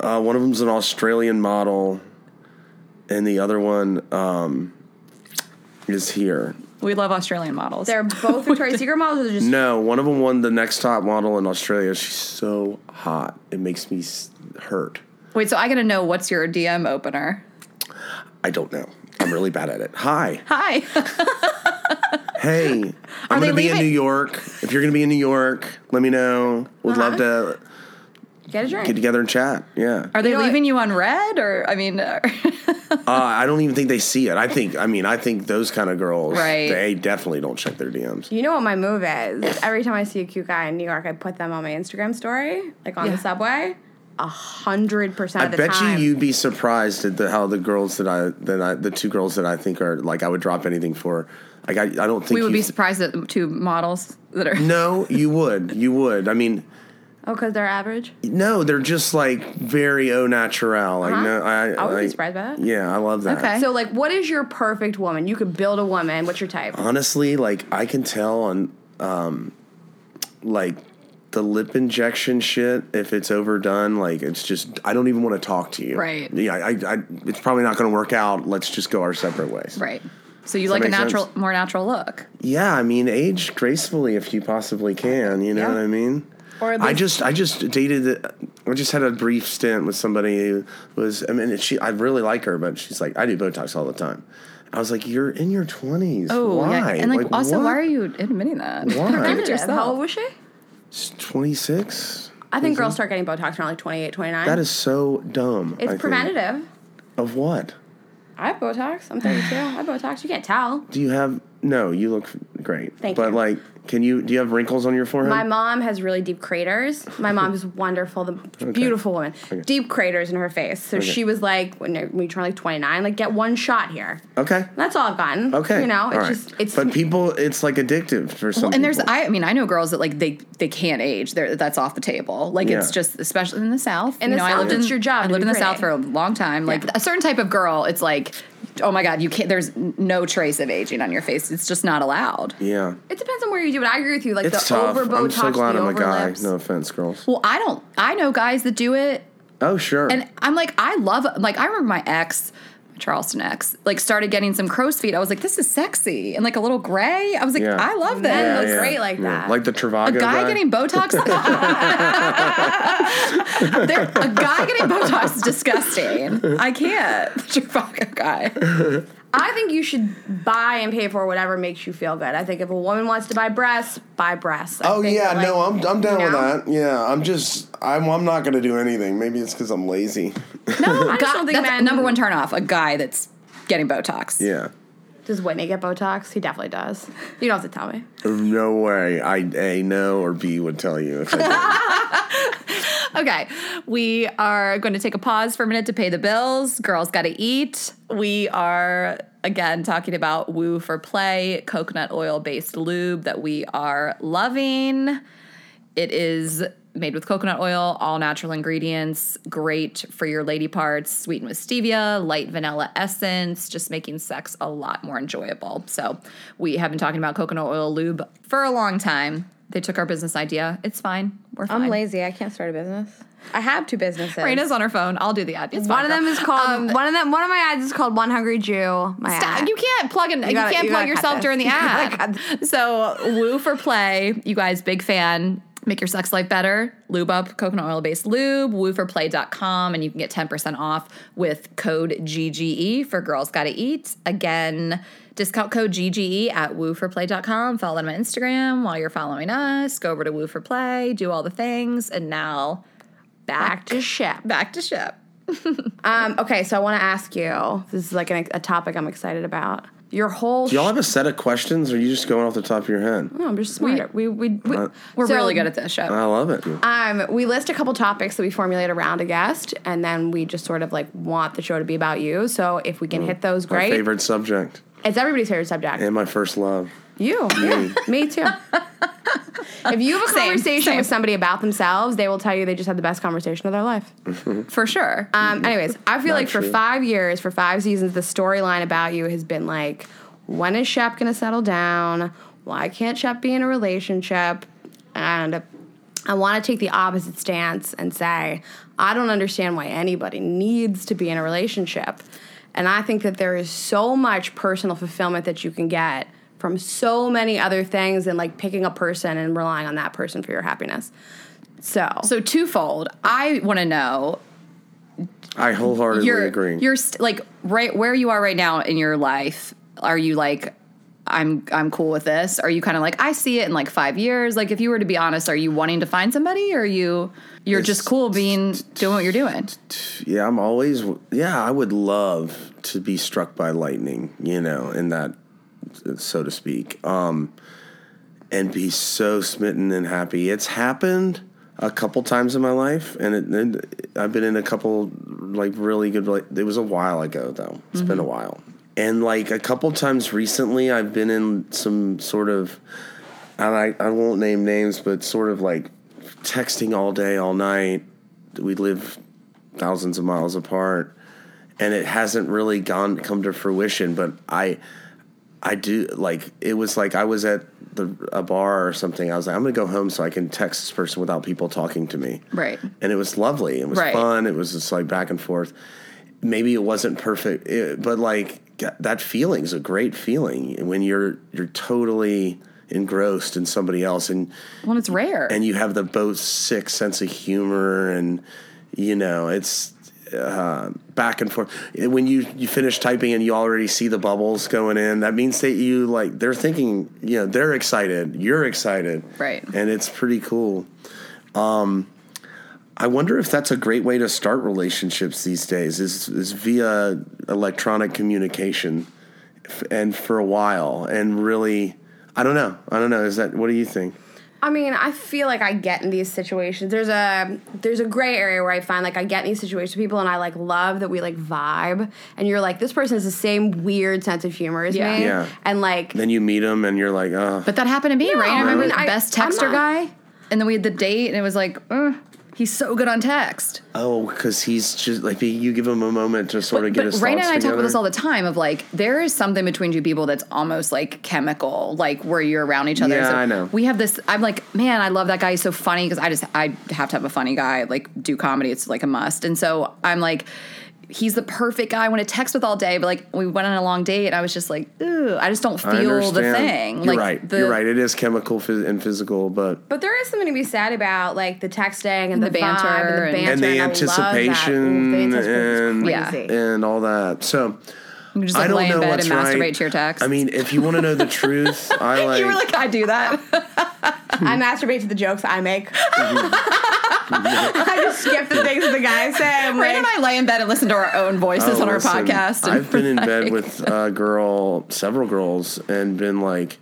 Speaker 3: Uh, one of them's an Australian model, and the other one um, is here.
Speaker 2: We love Australian models.
Speaker 1: They're both
Speaker 3: *laughs*
Speaker 1: Victoria's Secret models. Or they're just
Speaker 3: No, one of them won the next top model in Australia. She's so hot, it makes me s- hurt.
Speaker 2: Wait, so I gotta know what's your DM opener?
Speaker 3: I don't know. I'm really bad at it. Hi,
Speaker 2: Hi. *laughs*
Speaker 3: hey, I'm
Speaker 2: they
Speaker 3: gonna be in
Speaker 2: leaving?
Speaker 3: New York. If you're gonna be in New York, let me know. Would love to
Speaker 1: get a drink.
Speaker 3: get together and chat. Yeah,
Speaker 2: Uh-huh. Are they
Speaker 1: know what-
Speaker 2: leaving you on red? Or I mean, *laughs* uh,
Speaker 3: uh, I don't even think they see it. I think, I mean, I think those kind of girls,
Speaker 2: Right.
Speaker 3: they definitely don't check their DMs.
Speaker 1: You know what my move is? Every time I see a cute guy in New York, I put them on my Instagram story, like on
Speaker 2: Yeah.
Speaker 1: the subway. A hundred percent
Speaker 3: I
Speaker 1: of the
Speaker 3: bet
Speaker 1: time.
Speaker 3: you you'd be surprised at the, how the girls that I that I the two girls that I think are like I would drop anything for. Like I, I don't think
Speaker 2: we would
Speaker 3: you-
Speaker 2: be surprised at the two models that are. *laughs*
Speaker 3: No, you would. You would. I mean,
Speaker 1: oh, because they're average.
Speaker 3: no, they're just like very au naturel. Like
Speaker 1: Uh-huh.
Speaker 3: no, I
Speaker 1: I would be
Speaker 3: like-
Speaker 1: surprised by that.
Speaker 3: Yeah, I love that.
Speaker 2: Okay.
Speaker 1: So, like, what is your perfect woman? You could build a woman. What's your type?
Speaker 3: Honestly, like I can tell on um like the lip injection shit if it's overdone like it's just i don't even want to talk to you
Speaker 2: Right.
Speaker 3: yeah i, I it's probably not going to work out let's just go our separate ways
Speaker 2: Right. So you like a
Speaker 3: make
Speaker 2: natural,
Speaker 3: sense?
Speaker 2: more natural look.
Speaker 3: Yeah, I mean, age gracefully if you possibly can. You know
Speaker 1: Yeah.
Speaker 3: what I mean?
Speaker 1: Or at
Speaker 3: I
Speaker 1: least-
Speaker 3: just, I just dated. I just had a brief stint with somebody who was. I mean, she. I really like her, but she's like, I do Botox all the time. I was like, you're in your twenties.
Speaker 1: Oh,
Speaker 3: why?
Speaker 2: And like, also,
Speaker 3: what?
Speaker 2: why are you admitting that?
Speaker 3: Why?
Speaker 2: Admit it
Speaker 1: Primitive.
Speaker 2: yourself.
Speaker 1: How old was she?
Speaker 3: Twenty six.
Speaker 1: I think girls start getting Botox around like 28, 29.
Speaker 3: Mm-hmm. That is so dumb. I
Speaker 1: it's
Speaker 3: think.
Speaker 1: preventative.
Speaker 3: Of what?
Speaker 1: I have Botox. I'm 32. I have Botox. You can't tell.
Speaker 3: Do you have? No, you look great.
Speaker 1: Thank
Speaker 3: but
Speaker 1: you.
Speaker 3: like, can you? Do you have wrinkles on your forehead?
Speaker 1: My mom has really deep craters. My mom is wonderful,
Speaker 3: *laughs*
Speaker 1: the beautiful woman. Deep craters in her face. So she was like, when you- when you turn like 29, like get one shot here.
Speaker 3: okay.
Speaker 1: That's all I've gotten.
Speaker 3: Okay.
Speaker 1: You know,
Speaker 3: All
Speaker 1: it's
Speaker 3: right.
Speaker 1: just it's
Speaker 3: But people, it's like addictive for some.
Speaker 2: and there's
Speaker 3: people.
Speaker 2: I, I mean I know girls that like they they can't age They're, that's off the table like it's
Speaker 3: Yeah.
Speaker 2: just especially in the south
Speaker 1: In
Speaker 2: you
Speaker 1: the
Speaker 2: know, I
Speaker 1: South,
Speaker 2: lived
Speaker 1: it's
Speaker 2: in-
Speaker 1: your job
Speaker 2: I
Speaker 1: to
Speaker 2: lived
Speaker 1: be
Speaker 2: in the
Speaker 1: pretty.
Speaker 2: south for a long time like a certain type of girl it's like oh my god you can't there's no trace of aging on your face it's just not allowed
Speaker 3: Yeah.
Speaker 1: it depends on where you do it. I agree with you. Like
Speaker 3: It's
Speaker 1: the
Speaker 3: tough.
Speaker 1: over Botox,
Speaker 3: I'm so glad
Speaker 1: the
Speaker 3: I'm a
Speaker 1: over
Speaker 3: guy.
Speaker 1: lips.
Speaker 3: No offense, girls.
Speaker 2: well I don't I know guys that do it
Speaker 3: Oh, sure.
Speaker 2: And I'm like, I love, like, I remember my ex, my Charleston ex, like, started getting some crow's feet. I was like, this is sexy. And like a little gray. I was like,
Speaker 3: Yeah.
Speaker 2: I love this.
Speaker 1: Men look great like that.
Speaker 3: Like the Travago
Speaker 2: A guy getting Botox. *laughs* There- a guy getting Botox is disgusting. I can't. *laughs* Trivago guy.
Speaker 1: I think you should buy and pay for whatever makes you feel good. I think if a woman wants to buy breasts, buy breasts. I
Speaker 3: Oh
Speaker 1: think
Speaker 3: yeah,
Speaker 1: that, like,
Speaker 3: no, I'm I'm down
Speaker 1: you
Speaker 3: with
Speaker 1: know?
Speaker 3: that. Yeah, I'm just I'm I'm not gonna do anything. Maybe it's because I'm lazy.
Speaker 2: No,
Speaker 1: just
Speaker 2: God,
Speaker 1: don't think
Speaker 2: that's
Speaker 1: men-
Speaker 2: number one turn off. A guy that's getting Botox.
Speaker 3: Yeah,
Speaker 1: Does Whitney get Botox? He definitely does. You don't have to tell me.
Speaker 2: Oh
Speaker 3: no way. I a no or b would tell you.
Speaker 2: *laughs*
Speaker 3: If I
Speaker 2: Okay, we are going to take a pause for a minute to pay the bills. Girls got to eat. We are again talking about Woo for Play, coconut oil based lube that we are loving. It is made with coconut oil, all natural ingredients, great for your lady parts, sweetened with stevia, light vanilla essence, just making sex a lot more enjoyable. So, we have been talking about coconut oil lube for a long time. They took our business idea. It's fine. We're fine.
Speaker 1: I'm lazy. I can't start a business. I have two businesses.
Speaker 2: Raina's on her phone. I'll do the ad. It's
Speaker 1: one
Speaker 2: fine,
Speaker 1: of them
Speaker 2: girl.
Speaker 1: is called one of them. One of my ads is called "One Hungry Jew." My
Speaker 2: Um, Stop.
Speaker 1: ad.
Speaker 2: You can't plug in. You,
Speaker 1: gotta-
Speaker 2: can't
Speaker 1: you gotta cut
Speaker 2: plug yourself
Speaker 1: this.
Speaker 2: *laughs* during the
Speaker 1: You gotta
Speaker 2: ad.
Speaker 1: cut
Speaker 2: So woo for play, you guys. Big fan. Make your sex life better. Lube up coconut oil based lube. Wooforplay.com and you can get ten percent off with code GGE for girls gotta eat. Again, discount code GGE at wooforplay.com. Follow them on Instagram while you're following us. Go over to Woo for Play. Do all the things. And now
Speaker 1: Back
Speaker 2: back,
Speaker 1: to ship.
Speaker 2: Back to ship.
Speaker 1: Um, okay, so I want to ask you. This is like an, a topic I'm excited about. Your whole.
Speaker 3: Y'all have a set of questions, or are you just going off the top of your head?
Speaker 2: Oh.
Speaker 1: no, I'm just smarter. We we, we
Speaker 2: We're
Speaker 1: so,
Speaker 2: really good at this show.
Speaker 3: I love it.
Speaker 1: Um, we list a couple topics that we formulate around a guest, and then we just sort of like want the show to be about you. So if we can hit those,
Speaker 3: My
Speaker 1: great.
Speaker 3: favorite subject
Speaker 1: It's everybody's favorite subject.
Speaker 3: and my first love.
Speaker 1: You. Me too. if you have a
Speaker 2: Same,
Speaker 1: conversation
Speaker 2: same.
Speaker 1: with somebody about themselves, they will tell you they just had the best conversation of their life.
Speaker 2: for sure.
Speaker 1: Um, anyways, I feel like for
Speaker 3: true.
Speaker 1: five years, for five seasons, the storyline about you has been like, when is Shep going to settle down? Why can't Shep be in a relationship? And I want to take the opposite stance and say, I don't understand why anybody needs to be in a relationship. And I think that there is so much personal fulfillment that you can get from so many other things than like picking a person and relying on that person for your happiness. So,
Speaker 2: So twofold. I want to know
Speaker 3: I wholeheartedly
Speaker 2: you're
Speaker 3: agree.
Speaker 2: you're st- like right where you are right now in your life. Are you like I'm I'm cool with this? Are you kind of like I see it in like 5 years? Like if you were to be honest, are you wanting to find somebody or are you you're just
Speaker 3: It's-
Speaker 2: cool being doing what you're doing?
Speaker 3: yeah, I'm always. Yeah, I would love to be struck by lightning, you know, in that, so to speak, um, and be so smitten and happy. It's happened a couple times in my life, and, it, and I've been in a couple like really good. rela- It was a while ago though. It's been a while, and like a couple times recently, I've been in some sort of. and I, I won't name names, but sort of like texting all day, all night. We live thousands of miles apart, and it hasn't really gone come to fruition. But I, I do like it was like I was at the a bar or something. I was like, I'm gonna go home so I can text this person without people talking to me
Speaker 2: Right.
Speaker 3: and it was lovely. It was
Speaker 2: Right.
Speaker 3: fun. It was just like back and forth. Maybe it wasn't perfect, it, but like g- that feeling's a great feeling when you're you're totally engrossed in somebody else and
Speaker 2: Well, it's rare.
Speaker 3: and you have the both sick sense of humor and you know it's uh, back and forth when you you finish typing and you already see the bubbles going in that means that you like they're thinking you know they're excited you're excited
Speaker 2: Right.
Speaker 3: and it's pretty cool um I wonder if that's a great way to start relationships these days is is via electronic communication F- and for a while and really I don't know I don't know is that what do you think
Speaker 1: I mean, I feel like I get in these situations. There's a there's a gray area where I find like I get in these situations with people and I like love that we like vibe and you're like this person has the same weird sense of humor as
Speaker 2: Yeah.
Speaker 1: me
Speaker 3: Yeah.
Speaker 1: and like
Speaker 3: then you meet them and you're like, oh,
Speaker 2: but that happened to me, right? I remember
Speaker 1: mean,
Speaker 2: the
Speaker 1: I-
Speaker 2: best
Speaker 1: I'm
Speaker 2: texter
Speaker 1: not-
Speaker 2: guy and then we had the date and it was like, "Uh, he's so good on text.
Speaker 3: oh, because he's just like he- you give him a moment to sort of get his
Speaker 2: Raina and
Speaker 3: thoughts
Speaker 2: I talk
Speaker 3: together.
Speaker 2: about this all the time of like there is something between two people that's almost like chemical, like where you're around each other.
Speaker 3: Yeah,
Speaker 2: So
Speaker 3: I know.
Speaker 2: We have this. I'm like, man, I love that guy. He's so funny because I just I have to have a funny guy. Like do comedy, it's like a must. And so I'm like. He's the perfect guy I want to text with all day, but like we went on a long date, and I was just like, "Ooh, I just don't
Speaker 3: I
Speaker 2: feel the
Speaker 3: understand.
Speaker 2: thing."
Speaker 3: You're
Speaker 2: like,
Speaker 3: right.
Speaker 2: The,
Speaker 3: you're right. It is chemical phys- and physical, but
Speaker 1: but there is something to be said about like the texting and the,
Speaker 2: The
Speaker 1: banter
Speaker 2: banter
Speaker 1: and the
Speaker 2: and-
Speaker 1: banter
Speaker 3: and the
Speaker 1: I love that. Ooh,
Speaker 3: anticipation
Speaker 1: the anticipation
Speaker 3: and
Speaker 1: is
Speaker 2: Yeah.
Speaker 1: crazy.
Speaker 3: and all that. So
Speaker 2: You just,
Speaker 3: I
Speaker 2: like,
Speaker 3: don't
Speaker 2: lay in
Speaker 3: know
Speaker 2: bed
Speaker 3: what's
Speaker 2: and masturbate
Speaker 3: right.
Speaker 2: to your text. *laughs*
Speaker 3: I mean, if you want to know the truth, I like.
Speaker 2: you were like, "I do
Speaker 3: *laughs*
Speaker 2: that."
Speaker 1: I masturbate to the jokes I make. *laughs* I just skip the things that the guys say. I'm
Speaker 2: Rain
Speaker 1: like,
Speaker 2: and I lay in bed and listen to our own voices
Speaker 3: Oh,
Speaker 2: on our
Speaker 3: listen,
Speaker 2: podcast. and
Speaker 3: I've been in bed with a girl, several girls, and been like,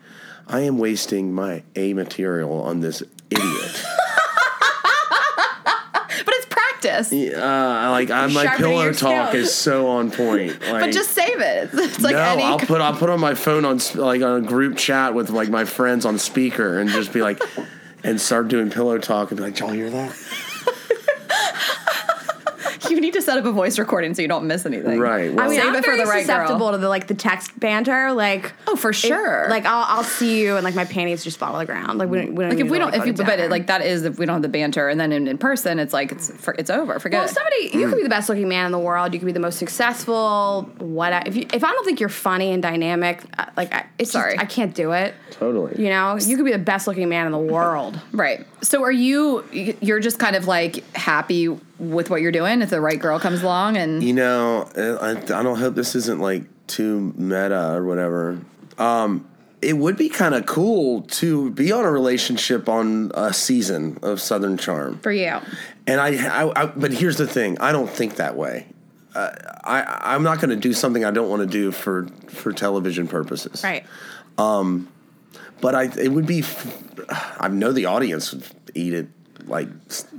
Speaker 3: I am wasting my A material on this idiot.
Speaker 2: *laughs* but it's practice.
Speaker 3: uh, like I, my
Speaker 1: Sharpening
Speaker 3: pillow
Speaker 1: your
Speaker 3: talk
Speaker 1: skills.
Speaker 3: is so on point. Like,
Speaker 2: *laughs* But just save it. *laughs* It's like
Speaker 3: no,
Speaker 2: any.
Speaker 3: I'll put I'll put on my phone on sp- like on a group chat with like my friends on speaker and just be like, *laughs* and start doing pillow talk and be like, "Did y'all hear that?
Speaker 2: you need to set up a voice recording so you don't miss anything.
Speaker 3: Right, well-
Speaker 1: I mean,
Speaker 2: Save
Speaker 1: I'm
Speaker 2: it for
Speaker 1: very
Speaker 2: the right girl.
Speaker 1: susceptible to the like the text banter. Like,
Speaker 2: Oh, for
Speaker 1: it-
Speaker 2: sure.
Speaker 1: like I'll, I'll see you, and like my panties just fall to the ground. Like we don't. We don't
Speaker 2: like if
Speaker 1: even
Speaker 2: we
Speaker 1: go,
Speaker 2: don't, if you,
Speaker 1: go to
Speaker 2: but
Speaker 1: dinner.
Speaker 2: it, like that is if we don't have the banter, and then in, in person, it's like it's for, it's over. Forget
Speaker 1: Well,
Speaker 2: it.
Speaker 1: somebody you could be the best looking man in the world. You could be the most successful. What if you, if I don't think you're funny and dynamic? uh, Like I, it's just-
Speaker 2: Sorry.
Speaker 1: I can't do it.
Speaker 3: Totally.
Speaker 1: You know, you could be the best looking man in the world. *laughs*
Speaker 2: Right. So are you you're just kind of like happy with what you're doing if the right girl comes along and
Speaker 3: You know, uh, I, I don't hope this isn't like too meta or whatever. Um, it would be kind of cool to be on a relationship on a season of Southern Charm.
Speaker 1: For you,
Speaker 3: And I, I, I but here's the thing: I don't think that way. Uh, I, I'm not going to do something I don't want to do for for television purposes.
Speaker 1: right?
Speaker 3: But I, it would be. f- I know the audience would eat it like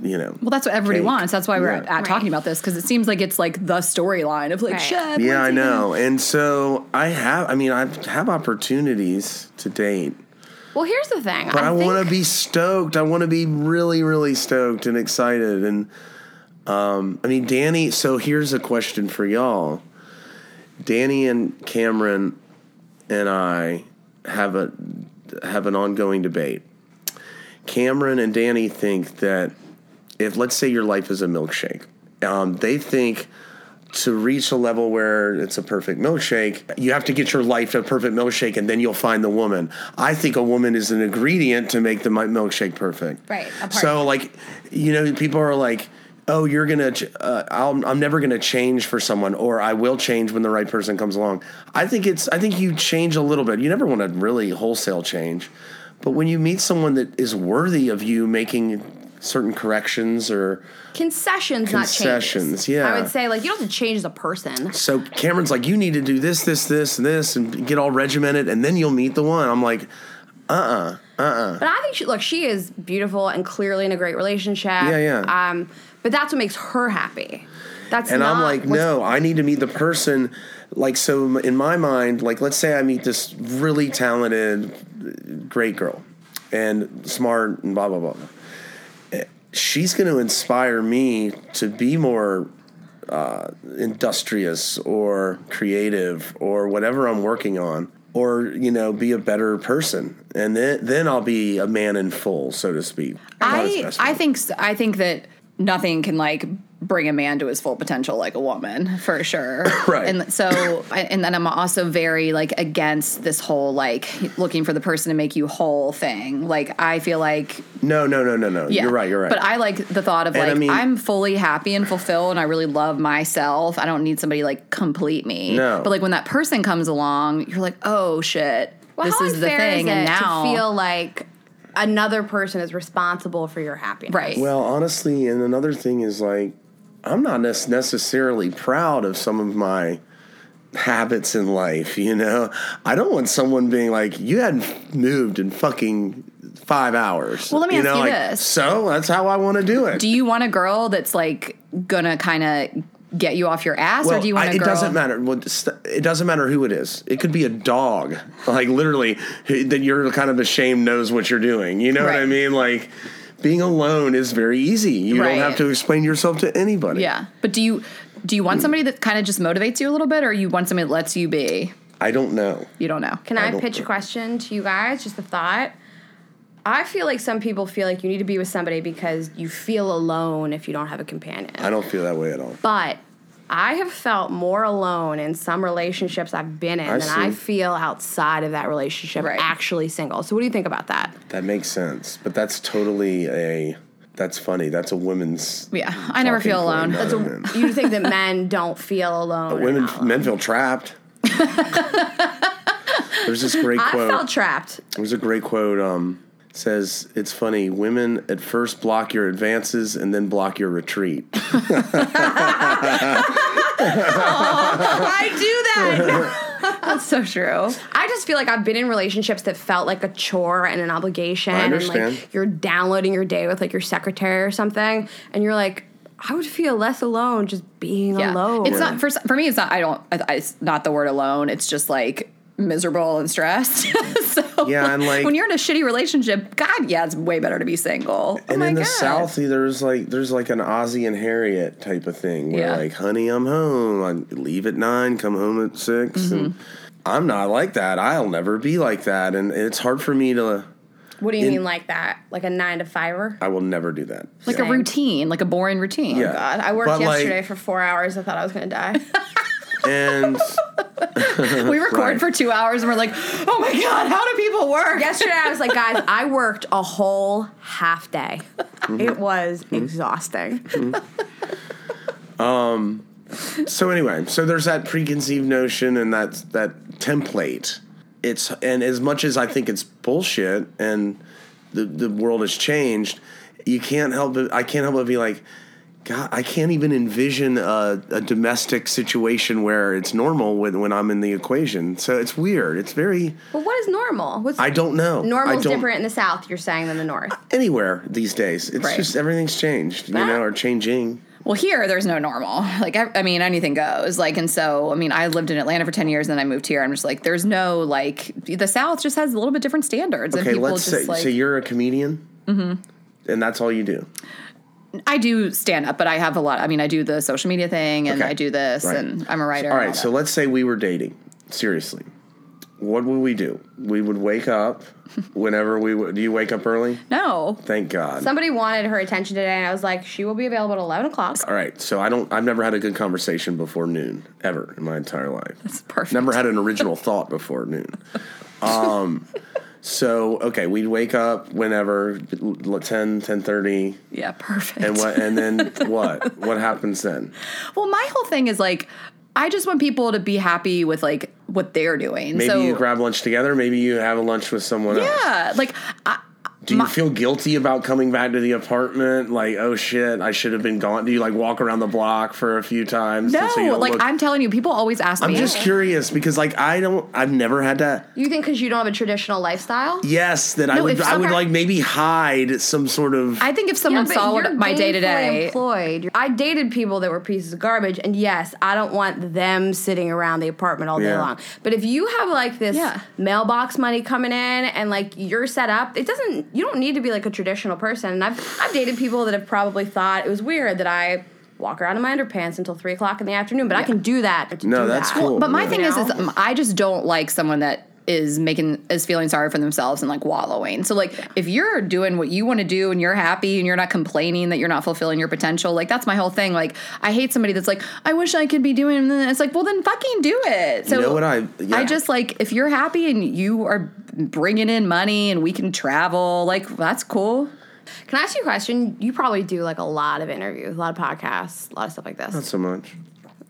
Speaker 3: you know.
Speaker 2: well that's what everybody
Speaker 3: Cake.
Speaker 2: wants. That's why we're
Speaker 3: Yeah.
Speaker 2: at, at talking about this cuz it seems like it's like the storyline of like
Speaker 1: Right.
Speaker 2: shit.
Speaker 3: Yeah, I
Speaker 2: when's he gonna-
Speaker 3: know. And so I have. I mean, I have opportunities to date,
Speaker 1: Well, here's the thing.
Speaker 3: but I,
Speaker 1: think-
Speaker 3: want to be stoked. I want to be really, really stoked and excited. And um, I mean, Danny. So here's a question for y'all. Danny and Cameron and I have a have an ongoing debate. Cameron and Danny think that if let's say your life is a milkshake, um, they think to reach a level where it's a perfect milkshake, you have to get your life to a perfect milkshake, and then you'll find the woman. I think a woman is an ingredient to make the mi- milkshake perfect.
Speaker 1: Right, a part.
Speaker 3: So like, you know, people are like. Oh, you're gonna. ch- Uh, I'll, I'm never gonna change for someone, or I will change when the right person comes along. I think it's. I think you change a little bit. You never want to really wholesale change, but when you meet someone that is worthy of you making certain corrections or
Speaker 1: concessions, not changes.
Speaker 3: Concessions, yeah.
Speaker 1: I would say like you don't have to change the person.
Speaker 3: So Cameron's like, you need to do this, this, this, and this, and get all regimented, and then you'll meet the one. I'm like,
Speaker 1: But I think she look, she is beautiful and clearly in a great relationship.
Speaker 3: Yeah, yeah.
Speaker 1: Um, but that's what makes her happy. That's
Speaker 3: and I'm
Speaker 1: not
Speaker 3: like,
Speaker 1: what's-
Speaker 3: no, I need to meet the person. Like, so in my mind, like, let's say I meet this really talented, great girl, and smart, and blah blah blah. Eh, She's going to inspire me to be more uh, industrious or creative or whatever I'm working on, or you know, be a better person, and then then I'll be a man in full, so to speak. Not his
Speaker 2: I
Speaker 3: best
Speaker 2: I
Speaker 3: man.
Speaker 2: think s- I think that nothing can like bring a man to his full potential like a woman for sure.
Speaker 3: *laughs* Right.
Speaker 2: And so I- and then I'm also very like against this whole like looking for the person to make you whole thing. Like I feel like
Speaker 3: no, no, no, no, no.
Speaker 2: Yeah.
Speaker 3: You're right. You're right.
Speaker 2: But I like the thought of
Speaker 3: And
Speaker 2: like
Speaker 3: I mean-
Speaker 2: I'm fully happy and fulfilled, and I really love myself. I don't need somebody to, like complete me.
Speaker 3: No.
Speaker 2: But like when that person comes along, you're like, oh shit,
Speaker 1: Well,
Speaker 2: this
Speaker 1: how
Speaker 2: is the
Speaker 1: unfair
Speaker 2: thing,
Speaker 1: is
Speaker 2: and
Speaker 1: it
Speaker 2: now
Speaker 1: to feel like another person is responsible for your happiness.
Speaker 2: right.
Speaker 3: well, honestly, and another thing is like, I'm not nes- necessarily proud of some of my habits in life. You know, I don't want someone being like, you hadn't moved in fucking five hours.
Speaker 2: Well, let me ask
Speaker 3: know,
Speaker 2: you
Speaker 3: like,
Speaker 2: this.
Speaker 3: So that's how I want to do it.
Speaker 2: do you want a girl that's like gonna kind of get you off your ass, or do you want
Speaker 3: I-
Speaker 2: a
Speaker 3: it
Speaker 2: girl?
Speaker 3: doesn't matter. Well, just- It doesn't matter who it is. It could be a dog, like literally, who- that you're kind of ashamed knows what you're doing. You know what I
Speaker 2: Right.
Speaker 3: mean? Like being alone is very easy. You
Speaker 2: Right.
Speaker 3: don't have to explain yourself to anybody.
Speaker 2: Yeah, but do you do you want somebody that kind of just motivates you a little bit, or you want somebody that lets you be?
Speaker 3: I don't know.
Speaker 2: You don't know.
Speaker 1: Can
Speaker 3: I
Speaker 1: I,
Speaker 3: don't
Speaker 1: pitch a
Speaker 3: think-
Speaker 1: question to you guys? Just a thought. I feel like some people feel like you need to be with somebody because you feel alone if you don't have a companion.
Speaker 3: I don't feel that way at all.
Speaker 1: But I have felt more alone in some relationships I've been in
Speaker 3: I
Speaker 1: than I
Speaker 3: see.
Speaker 1: feel outside of that relationship
Speaker 2: Right.
Speaker 1: actually single. So what do you think about that?
Speaker 3: That makes sense, but that's totally a. That's funny. That's a women's.
Speaker 2: Yeah, I never
Speaker 3: talking
Speaker 2: feel
Speaker 3: point,
Speaker 2: alone.
Speaker 3: not
Speaker 2: That's
Speaker 3: a man.
Speaker 1: You think that men don't feel alone? and
Speaker 3: Women,
Speaker 1: not alone?
Speaker 3: men feel trapped.
Speaker 2: *laughs*
Speaker 3: There's this great
Speaker 1: I
Speaker 3: quote.
Speaker 1: felt trapped.
Speaker 3: There's a great quote. Um, it says it's funny. Women at first block your advances and then block your retreat.
Speaker 1: I do that.
Speaker 2: *laughs* That's so true.
Speaker 1: I just feel like I've been in relationships that felt like a chore and an obligation.
Speaker 3: I
Speaker 1: And
Speaker 3: understand.
Speaker 1: like you're downloading your day with like your secretary or something, and you're like, I would feel less alone just being alone.
Speaker 2: It's not for for me. It's not. I don't. I, I- it's not the word alone. It's just like miserable and stressed. *laughs* so
Speaker 3: Yeah, and, like-
Speaker 2: when you're in a shitty relationship, God, yeah, it's way better to be single. oh
Speaker 3: and
Speaker 2: my
Speaker 3: in the
Speaker 2: God.
Speaker 3: South, there's like there's like an Ozzy and Harriet type of thing where
Speaker 2: Yeah.
Speaker 3: like, honey, I'm home. I leave at nine, come home at 6 and
Speaker 2: Mm-hmm.
Speaker 3: I'm not like that. I'll never be like that, and it's hard for me to.
Speaker 1: What do you
Speaker 3: In-
Speaker 1: mean like that? Like a nine to fiver?
Speaker 3: I will never do that.
Speaker 2: like
Speaker 1: Same.
Speaker 2: a routine, like a boring routine.
Speaker 3: Yeah.
Speaker 1: God, I worked
Speaker 3: But, like-
Speaker 1: yesterday for four hours. I thought I was gonna die. *laughs*
Speaker 3: And
Speaker 2: We record
Speaker 3: *laughs* Right.
Speaker 2: for two hours and we're like, oh my God, how do people work?
Speaker 1: yesterday I was like, guys, I worked a whole half day.
Speaker 3: Mm-hmm.
Speaker 1: It was exhausting.
Speaker 3: so anyway, so there's that preconceived notion and that that template. It's and as much as I think it's bullshit and the the world has changed, you can't help but I can't help but be like, God, I can't even envision a, a domestic situation where it's normal when when I'm in the equation. So it's weird. It's very
Speaker 1: But what is normal? What's
Speaker 3: I don't know.
Speaker 1: Normal's
Speaker 3: I don't,
Speaker 1: different in the South, you're saying, than the North.
Speaker 3: anywhere these days. It's
Speaker 2: Right.
Speaker 3: just everything's changed, you
Speaker 1: That-
Speaker 3: know, or changing.
Speaker 2: Well, here there's no normal. Like I, I mean, anything goes. Like and so I mean, I lived in Atlanta for ten years, and then I moved here. I'm just like, there's no like the South just has a little bit different standards, and
Speaker 3: Okay,
Speaker 2: people
Speaker 3: let's
Speaker 2: just
Speaker 3: say
Speaker 2: like
Speaker 3: so you're a comedian, mm-hmm. and that's all you do.
Speaker 2: I do stand up, but I have a lot. I mean, I do the social media thing, and
Speaker 3: Okay.
Speaker 2: I do this,
Speaker 3: Right.
Speaker 2: and I'm a writer.
Speaker 3: All
Speaker 2: and
Speaker 3: right, so let's say we were dating. Seriously, what would we do? We would
Speaker 2: *laughs*
Speaker 3: wake up whenever we would. Do you wake up early?
Speaker 2: that. no,
Speaker 3: Thank God.
Speaker 1: Somebody wanted her attention today, and I was like, she will be available at 11 o'clock.
Speaker 3: All right, so I don't. I've never had a good conversation before noon ever in my entire life.
Speaker 2: it's perfect.
Speaker 3: Never had an original thought
Speaker 2: *laughs*
Speaker 3: before noon. Um, so okay, we'd wake up whenever 10, 10.30,
Speaker 2: yeah, perfect.
Speaker 3: and what?
Speaker 2: *laughs*
Speaker 3: And then what? What happens then?
Speaker 2: Well, my whole thing is like, I just want people to be happy with like what they're doing.
Speaker 3: Maybe
Speaker 2: so
Speaker 3: you grab lunch together. Maybe you have a lunch with someone else.
Speaker 2: yeah, like I,
Speaker 3: Do you feel guilty about coming back to the apartment? Like, oh shit, I should have been gone. Do you like walk around the block for a few times?
Speaker 2: no,
Speaker 3: just so you don't
Speaker 2: like
Speaker 3: look-
Speaker 2: I'm telling you, people always ask
Speaker 3: I'm
Speaker 2: me.
Speaker 3: just curious because like I don't, I've never had that.
Speaker 1: You think because you don't have a traditional lifestyle?
Speaker 3: Yes, that I would,
Speaker 2: it's
Speaker 3: I would
Speaker 2: okay.
Speaker 3: like maybe hide some sort of.
Speaker 2: I think if someone
Speaker 1: Yeah, but
Speaker 2: saw
Speaker 1: you're
Speaker 2: what my day to
Speaker 1: gainfully
Speaker 2: day,
Speaker 1: Employed. I dated people that were pieces of garbage, and yes, I don't want them sitting around the apartment all day
Speaker 3: Yeah.
Speaker 1: long. But if you have like this
Speaker 2: Yeah.
Speaker 1: mailbox money coming in, and like you're set up, it doesn't. You don't need to be like a traditional person. And I've I've dated people that have probably thought it was weird that I walk around in my underpants until three o'clock in the afternoon, but I can do that. to
Speaker 3: No,
Speaker 1: do
Speaker 3: that's
Speaker 1: that.
Speaker 3: cool.
Speaker 2: but my
Speaker 3: Yeah.
Speaker 2: thing is,
Speaker 1: You
Speaker 2: is
Speaker 1: know?
Speaker 2: um, I just don't like someone that is making is feeling sorry for themselves and like wallowing. So like if you're doing what you want to do and you're happy and you're not complaining that you're not fulfilling your potential, like that's my whole thing. Like I hate somebody that's like, I wish I could be doing this. It's like, well then fucking do it. So
Speaker 3: know what I- yeah.
Speaker 2: I just like if you're happy and you are bringing in money and we can travel, like that's cool.
Speaker 1: Can I ask you a question? You probably do like a lot of interviews, a lot of podcasts, a lot of stuff like this.
Speaker 3: Not so much.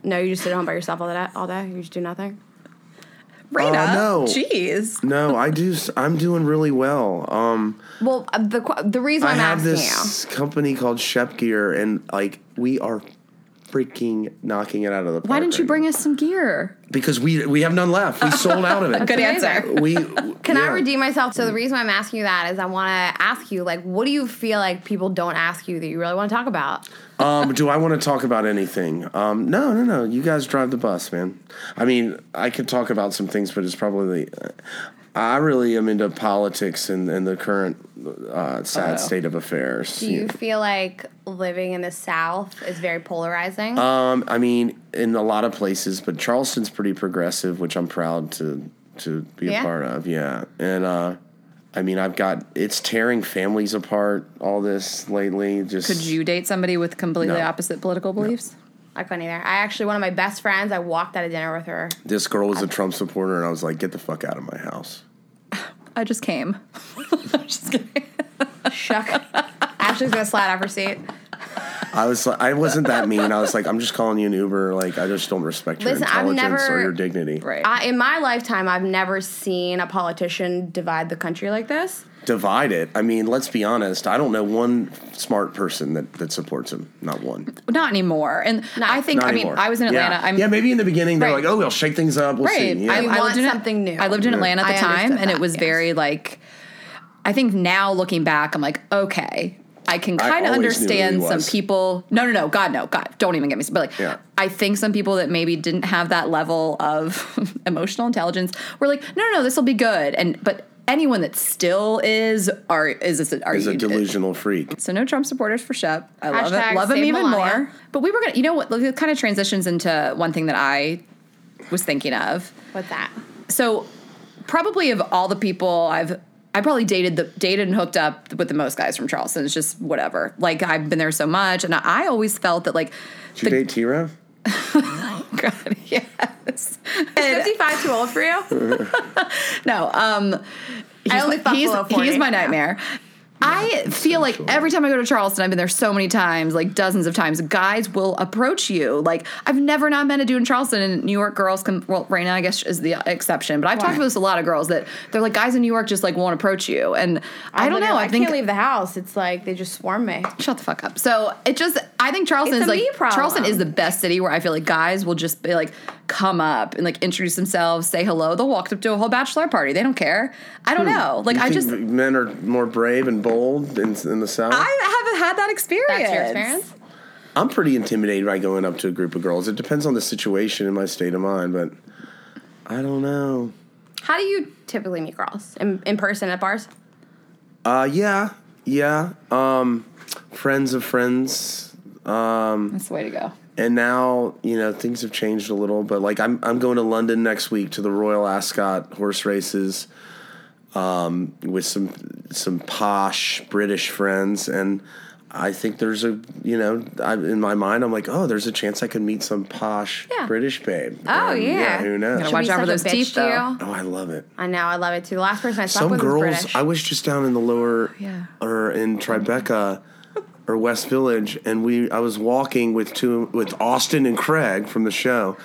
Speaker 1: no, you just sit at home by yourself all day. All day, you just do nothing.
Speaker 2: Right up.
Speaker 3: Oh, no.
Speaker 2: Jeez.
Speaker 3: No, I do. s- I'm doing really well. Um,
Speaker 1: Well, uh, the qu- the reason
Speaker 3: I
Speaker 1: I'm
Speaker 3: have
Speaker 1: asking
Speaker 3: this company called Shep Gear, and like we are freaking knocking it out of the park.
Speaker 2: Why didn't you
Speaker 3: right
Speaker 2: bring us some gear?
Speaker 3: now. Because we we have none left.
Speaker 2: *laughs*
Speaker 3: We sold out of it.
Speaker 2: Good
Speaker 1: amazing.
Speaker 2: answer.
Speaker 3: We
Speaker 1: *laughs* Can I redeem myself? So the reason why I'm asking you that is I want to ask you, like, what do you feel like people don't ask you that you really want to talk about?
Speaker 3: um, do I want to talk about anything? Um, no, no, no. You guys drive the bus, man. I mean, I could talk about some things, but it's probably. uh, I really am into politics and, and the current uh, sad state of affairs.
Speaker 1: Oh. Do you feel like living in the South is very polarizing?
Speaker 2: Uh,
Speaker 3: Um, I mean, in a lot of places, but Charleston's pretty progressive, which I'm proud to to be
Speaker 1: Yeah.
Speaker 3: a part of. Yeah, and uh, I mean, I've got it's tearing families apart. All this lately, just
Speaker 2: Could you date somebody with completely
Speaker 3: No.
Speaker 2: opposite political beliefs?
Speaker 1: I couldn't either. I actually, one of my best friends, I walked out of dinner with her.
Speaker 3: this girl was a Trump supporter, and I was like, get the fuck out of my house.
Speaker 2: I just came. *laughs* I'm just kidding. *laughs*
Speaker 1: Shuck. Ashley's gonna slide off her seat.
Speaker 3: I was like, I wasn't that mean. I was like, I'm just calling you an Uber. Like, I just don't respect your
Speaker 1: Listen, I've
Speaker 3: intelligence
Speaker 1: never-
Speaker 3: or your dignity.
Speaker 2: Right.
Speaker 1: I, in my lifetime, I've never seen a politician divide the country like this.
Speaker 3: Divide it. I mean, let's be honest. I don't know one smart person that that supports him. Not one.
Speaker 2: Not anymore. And I think,
Speaker 3: Not
Speaker 2: I mean,
Speaker 3: anymore.
Speaker 2: I was in Atlanta.
Speaker 3: Yeah,
Speaker 2: I'm,
Speaker 3: yeah maybe in the beginning they're
Speaker 1: Right.
Speaker 3: like, oh, we'll shake things up. We'll
Speaker 2: right.
Speaker 3: see. Yeah.
Speaker 2: I,
Speaker 1: You
Speaker 2: I
Speaker 1: want
Speaker 2: lived in
Speaker 1: something new.
Speaker 2: I lived in Atlanta at
Speaker 1: I
Speaker 2: the time,
Speaker 1: understood
Speaker 2: and
Speaker 1: that,
Speaker 2: it was
Speaker 1: yes.
Speaker 2: very like. I think now looking back, I'm like, okay, I can
Speaker 3: I
Speaker 2: kind of
Speaker 3: always knew who he
Speaker 2: understand some
Speaker 3: was.
Speaker 2: people. No, no, no, God, no, God, don't even get me. But like,
Speaker 3: Yeah.
Speaker 2: I think some people that maybe didn't have that level of *laughs* emotional intelligence were like, no, no, no, this will be good. And but anyone that still is are is this are
Speaker 3: He's
Speaker 2: you
Speaker 3: a delusional freak.
Speaker 2: so no Trump supporters for Shep. I love
Speaker 1: Hashtag
Speaker 2: it. Love him
Speaker 1: save
Speaker 2: even
Speaker 1: Melania.
Speaker 2: more. But we were gonna, you know what? It kind of transitions into one thing that I was thinking of.
Speaker 1: What's that?
Speaker 2: So probably of all the people I've I probably dated the dated and hooked up with the most guys from Charleston. It's just whatever. Like I've been there so much, and I always felt that like *laughs*
Speaker 3: Did you date Tira?
Speaker 2: God, yes.
Speaker 1: Is 55 too old for you?
Speaker 2: No, um,
Speaker 1: I only fuck
Speaker 2: he's,
Speaker 1: below 40.
Speaker 2: he's my nightmare. I feel like every time I go to Charleston, I've been there so many times, like dozens of times. Guys will approach you. Like I've never not met a dude in Charleston, and New York girls come. Well, Raina, I guess, is the exception. But I've talked to this with a lot of girls that they're like, guys in New York just like won't approach you, and I, don't know.
Speaker 1: literally-
Speaker 2: I, think
Speaker 1: can't leave the house. It's like they just swarm me.
Speaker 2: shut the fuck up. So it just, I think
Speaker 1: It's
Speaker 2: Charleston is
Speaker 1: a me
Speaker 2: like
Speaker 1: problem.
Speaker 2: Charleston is the best city where I feel like guys will just be like come up and like introduce themselves, say hello. They'll walk up to a whole bachelor party. They don't care. I don't know. Like
Speaker 3: Hmm. You
Speaker 2: I
Speaker 3: think
Speaker 2: just.
Speaker 3: men are more brave and bold in, in the South. I,
Speaker 2: I haven't had that experience.
Speaker 1: That's your experience?
Speaker 3: am pretty intimidated by going up to a group of girls. It depends on the situation and my state of mind, but I don't know.
Speaker 1: How do you typically meet girls? In, in person at bars?
Speaker 3: Uh, yeah, yeah. Um, friends of friends.
Speaker 2: That's the way to go.
Speaker 3: and now you know things have changed a little but like i'm i'm going to london next week to the royal ascot horse races um with some some posh british friends and i think there's a you know I, in my mind i'm like oh there's a chance i could meet some posh
Speaker 1: Yeah.
Speaker 3: british babe
Speaker 1: Oh,
Speaker 3: And,
Speaker 1: yeah.
Speaker 3: who knows
Speaker 2: Gotta watch
Speaker 1: Be
Speaker 2: out for
Speaker 1: such a
Speaker 2: those
Speaker 1: bitch
Speaker 2: teeth,
Speaker 1: to
Speaker 2: though.
Speaker 1: you.
Speaker 3: oh i love it
Speaker 1: I know, I love it too. The last person I slept
Speaker 3: some
Speaker 1: with was
Speaker 3: girls
Speaker 1: British.
Speaker 3: i was just down in the lower
Speaker 2: Yeah.
Speaker 3: or in tribeca or west village and we i was walking with two with austin and craig from the show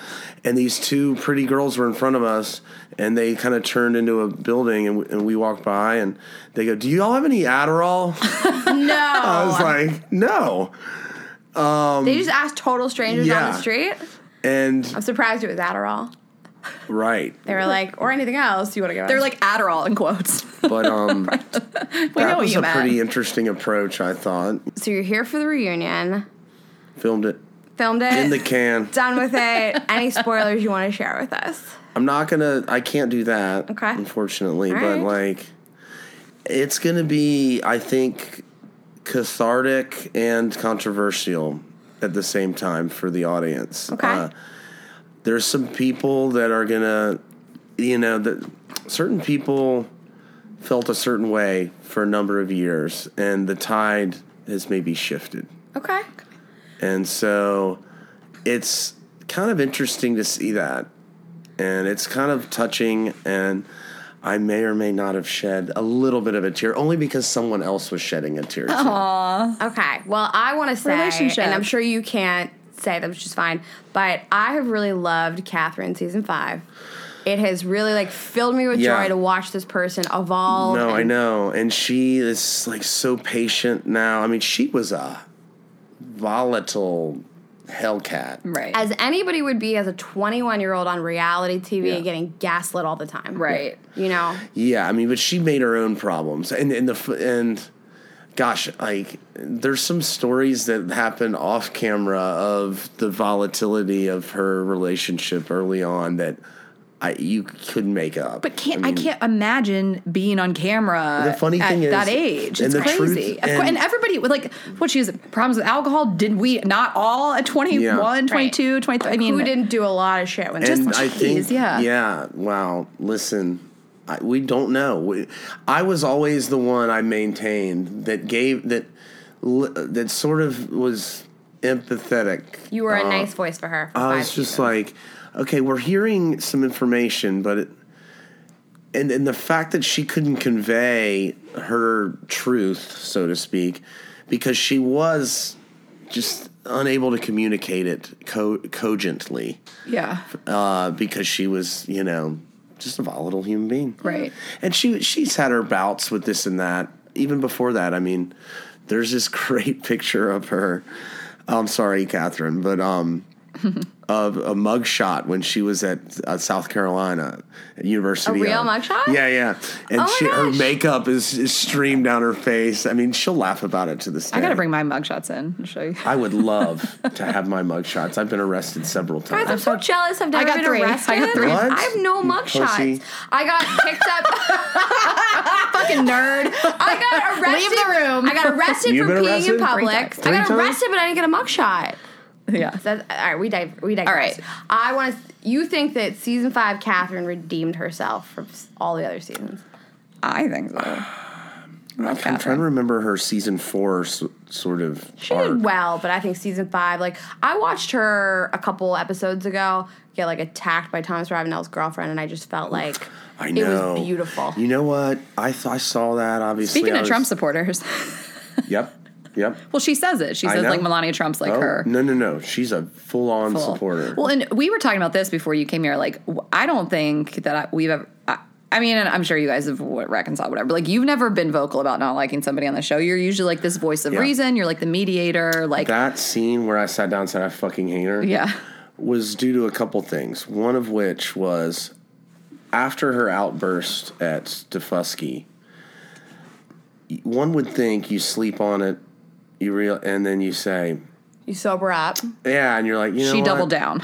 Speaker 3: and these two pretty girls were in front of us and they kind of turned into a building and we, and we walked by and they go do you all have any adderall *laughs*
Speaker 1: no,
Speaker 3: i
Speaker 2: Oh,
Speaker 3: was like no
Speaker 1: they just asked total strangers on
Speaker 3: yeah.
Speaker 1: the street.
Speaker 3: and
Speaker 2: *laughs*
Speaker 1: I'm surprised it was Adderall.
Speaker 3: right
Speaker 1: They were like, or anything else you want to go?
Speaker 2: They're like Adderall in quotes.
Speaker 3: but um
Speaker 2: we know
Speaker 3: that
Speaker 2: what
Speaker 3: was
Speaker 2: you
Speaker 3: a
Speaker 2: meant.
Speaker 3: pretty interesting approach i thought
Speaker 1: so you're here for the reunion,
Speaker 3: filmed it
Speaker 1: filmed it,
Speaker 3: in the can
Speaker 1: done with it. Any spoilers you want to share with us?
Speaker 3: I'm not gonna. I can't do that.
Speaker 1: Okay.
Speaker 3: Unfortunately,
Speaker 1: All
Speaker 3: but
Speaker 1: right.
Speaker 3: like, it's gonna be. I think cathartic and controversial at the same time for the audience. Uh,
Speaker 1: Okay.
Speaker 3: there's some people that are gonna, you know, that certain people felt a certain way for a number of years, and the tide has maybe shifted.
Speaker 1: Okay.
Speaker 3: And so it's kind of interesting to see that. And it's kind of touching. And I may or may not have shed a little bit of a tear, only because someone else was shedding a tear. too.
Speaker 1: Okay. Well, I want to say,
Speaker 2: Relationship.
Speaker 1: and I'm sure you can't say that, which is fine. But I have really loved Catherine season five. It has really like filled me with
Speaker 3: Yeah.
Speaker 1: joy to watch this person evolve.
Speaker 3: No, I
Speaker 1: and-
Speaker 3: know. And she is like so patient now. I mean, she was a volatile hellcat.
Speaker 2: *laughs* right.
Speaker 1: As anybody would be as a 21 year old on reality TV
Speaker 3: Yeah.
Speaker 1: getting gaslit all the time.
Speaker 2: right.
Speaker 1: You know,
Speaker 3: Yeah, I mean, but she made her own problems, and and the f- and gosh, like there's some stories that happen off camera of the volatility of her relationship early on that I you couldn't make up.
Speaker 2: But can't I, can't imagine being on camera
Speaker 3: The funny thing
Speaker 2: at
Speaker 3: is-
Speaker 2: that age.
Speaker 3: and
Speaker 2: It's
Speaker 3: the truth-
Speaker 2: crazy. Of cour- and,
Speaker 3: and-
Speaker 2: everybody with like what she has problems with alcohol. Did we not all at 21,
Speaker 3: Right.
Speaker 2: 22, 23? I mean,
Speaker 1: who didn't do a lot of shit when
Speaker 3: and
Speaker 1: just
Speaker 3: I
Speaker 2: jeez,
Speaker 3: think
Speaker 2: yeah.
Speaker 3: yeah, wow. Listen. I, we don't know. We, I was always the one I maintained that gave that li- that sort of was empathetic
Speaker 1: you were a nice voice for her. for
Speaker 3: uh, I
Speaker 1: five
Speaker 3: was
Speaker 1: seasons.
Speaker 3: just like, okay, we're hearing some information, but it, and and the fact that she couldn't convey her truth, so to speak, because she was just unable to communicate it co- cogently,
Speaker 2: Yeah.
Speaker 3: uh, because she was, you know, just a volatile human being,
Speaker 2: Right.
Speaker 3: And she she's had her bouts with this and that even before that. I mean, *laughs*
Speaker 1: *laughs*
Speaker 3: there's this great picture of her. I'm sorry, Catherine, but um of a mugshot when she was at uh, South Carolina at University.
Speaker 1: A real
Speaker 3: of-
Speaker 1: mugshot?
Speaker 3: Yeah, yeah. And
Speaker 1: Oh my
Speaker 3: she, her
Speaker 1: gosh.
Speaker 3: makeup is, is streamed down her face. I mean, she'll laugh about it to this day.
Speaker 2: I gotta bring my mugshots in and show you.
Speaker 3: I would love to have my mugshots. I've been arrested several times.
Speaker 1: Guys, I'm so jealous. I've never
Speaker 2: got
Speaker 1: been
Speaker 2: three. I
Speaker 1: arrested.
Speaker 2: got three.
Speaker 3: What?
Speaker 1: I have no
Speaker 3: You
Speaker 1: mugshots.
Speaker 3: pussy.
Speaker 1: I got picked up.
Speaker 3: *laughs*
Speaker 1: fucking nerd. I got *laughs* arrested.
Speaker 2: Leave the room.
Speaker 1: I got arrested
Speaker 3: You've
Speaker 1: for
Speaker 3: been
Speaker 1: peeing in
Speaker 3: arrested?
Speaker 1: public.
Speaker 2: Three times.
Speaker 1: I got
Speaker 3: Three times?
Speaker 1: arrested, but I didn't get a mugshot.
Speaker 2: *laughs* Yeah.
Speaker 1: That's, all right, we dive. We digress.
Speaker 2: All right.
Speaker 1: I want to. You think that season five, Catherine redeemed herself from s- all the other seasons?
Speaker 2: I
Speaker 1: *sighs*
Speaker 2: think so. I love
Speaker 3: I'm trying to
Speaker 2: Catherine.
Speaker 3: remember her season four s- sort of.
Speaker 1: She
Speaker 3: arc.
Speaker 1: did well, but I think season five. Like I watched her a couple episodes ago get like attacked by Thomas Ravenel's girlfriend, and I just felt like
Speaker 3: I
Speaker 1: it
Speaker 3: know.
Speaker 1: was beautiful.
Speaker 3: You know what? I th- I saw that. Obviously,
Speaker 2: Speaking
Speaker 3: I
Speaker 2: of
Speaker 3: was-
Speaker 2: Trump supporters,
Speaker 3: *laughs*
Speaker 2: *laughs*
Speaker 3: Yep. Yep.
Speaker 2: well, she says it. She
Speaker 3: I
Speaker 2: says
Speaker 3: know.
Speaker 2: like Melania Trump's like
Speaker 3: Oh,
Speaker 2: her.
Speaker 3: No, no, no. She's a full-on
Speaker 2: Cool.
Speaker 3: supporter.
Speaker 2: Well, and we were talking about this before you came here. Like, w- I don't think that I, we've ever. I, I mean, and I'm sure you guys have w- reconciled whatever. Like, you've never been vocal about not liking somebody on the show. You're usually like this voice of
Speaker 3: Yeah.
Speaker 2: reason. You're like the mediator. Like,
Speaker 3: that scene where I sat down and said I fucking hate her
Speaker 2: yeah,
Speaker 3: was due to a couple things. One of which was after her outburst at Defusky, one would think you sleep on it, you real, and then you say,
Speaker 1: You sober up.
Speaker 3: yeah, and you're like, you know,
Speaker 2: she
Speaker 3: what?
Speaker 2: doubled down.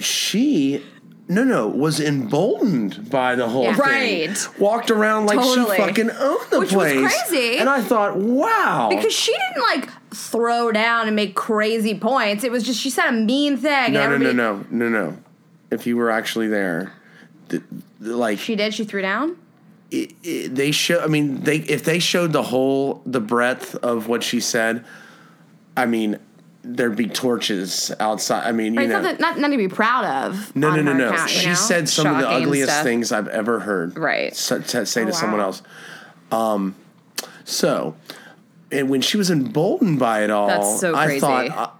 Speaker 2: *laughs*
Speaker 3: she no no was emboldened by the whole
Speaker 1: Yeah.
Speaker 3: thing.
Speaker 2: Right.
Speaker 3: Walked around like
Speaker 2: Totally.
Speaker 3: she fucking owned the
Speaker 1: Which was
Speaker 3: place.
Speaker 1: crazy.
Speaker 3: And I thought, wow.
Speaker 1: Because she didn't like throw down and make crazy points. It was just she said a mean thing.
Speaker 3: no
Speaker 1: and
Speaker 3: no no
Speaker 1: everybody,
Speaker 3: no no no. If you were actually there, th- th- like
Speaker 1: She did. She threw down.
Speaker 3: it, it- they show. I mean, they if they showed the whole the breadth of what she said, I mean, there'd be torches outside. I mean, you
Speaker 1: Right,
Speaker 3: know.
Speaker 1: something not nothing to be proud of.
Speaker 3: No,
Speaker 1: on
Speaker 3: no, no,
Speaker 1: her
Speaker 3: no.
Speaker 1: account, you
Speaker 3: she
Speaker 1: know?
Speaker 3: said some of the
Speaker 2: Shocking
Speaker 3: ugliest
Speaker 2: stuff.
Speaker 3: things I've ever heard.
Speaker 2: Right. Oh,
Speaker 3: s- to say to
Speaker 1: wow.
Speaker 3: someone else. Um, so, and when she was emboldened by it all,
Speaker 2: That's so
Speaker 3: I
Speaker 2: crazy.
Speaker 3: thought, uh,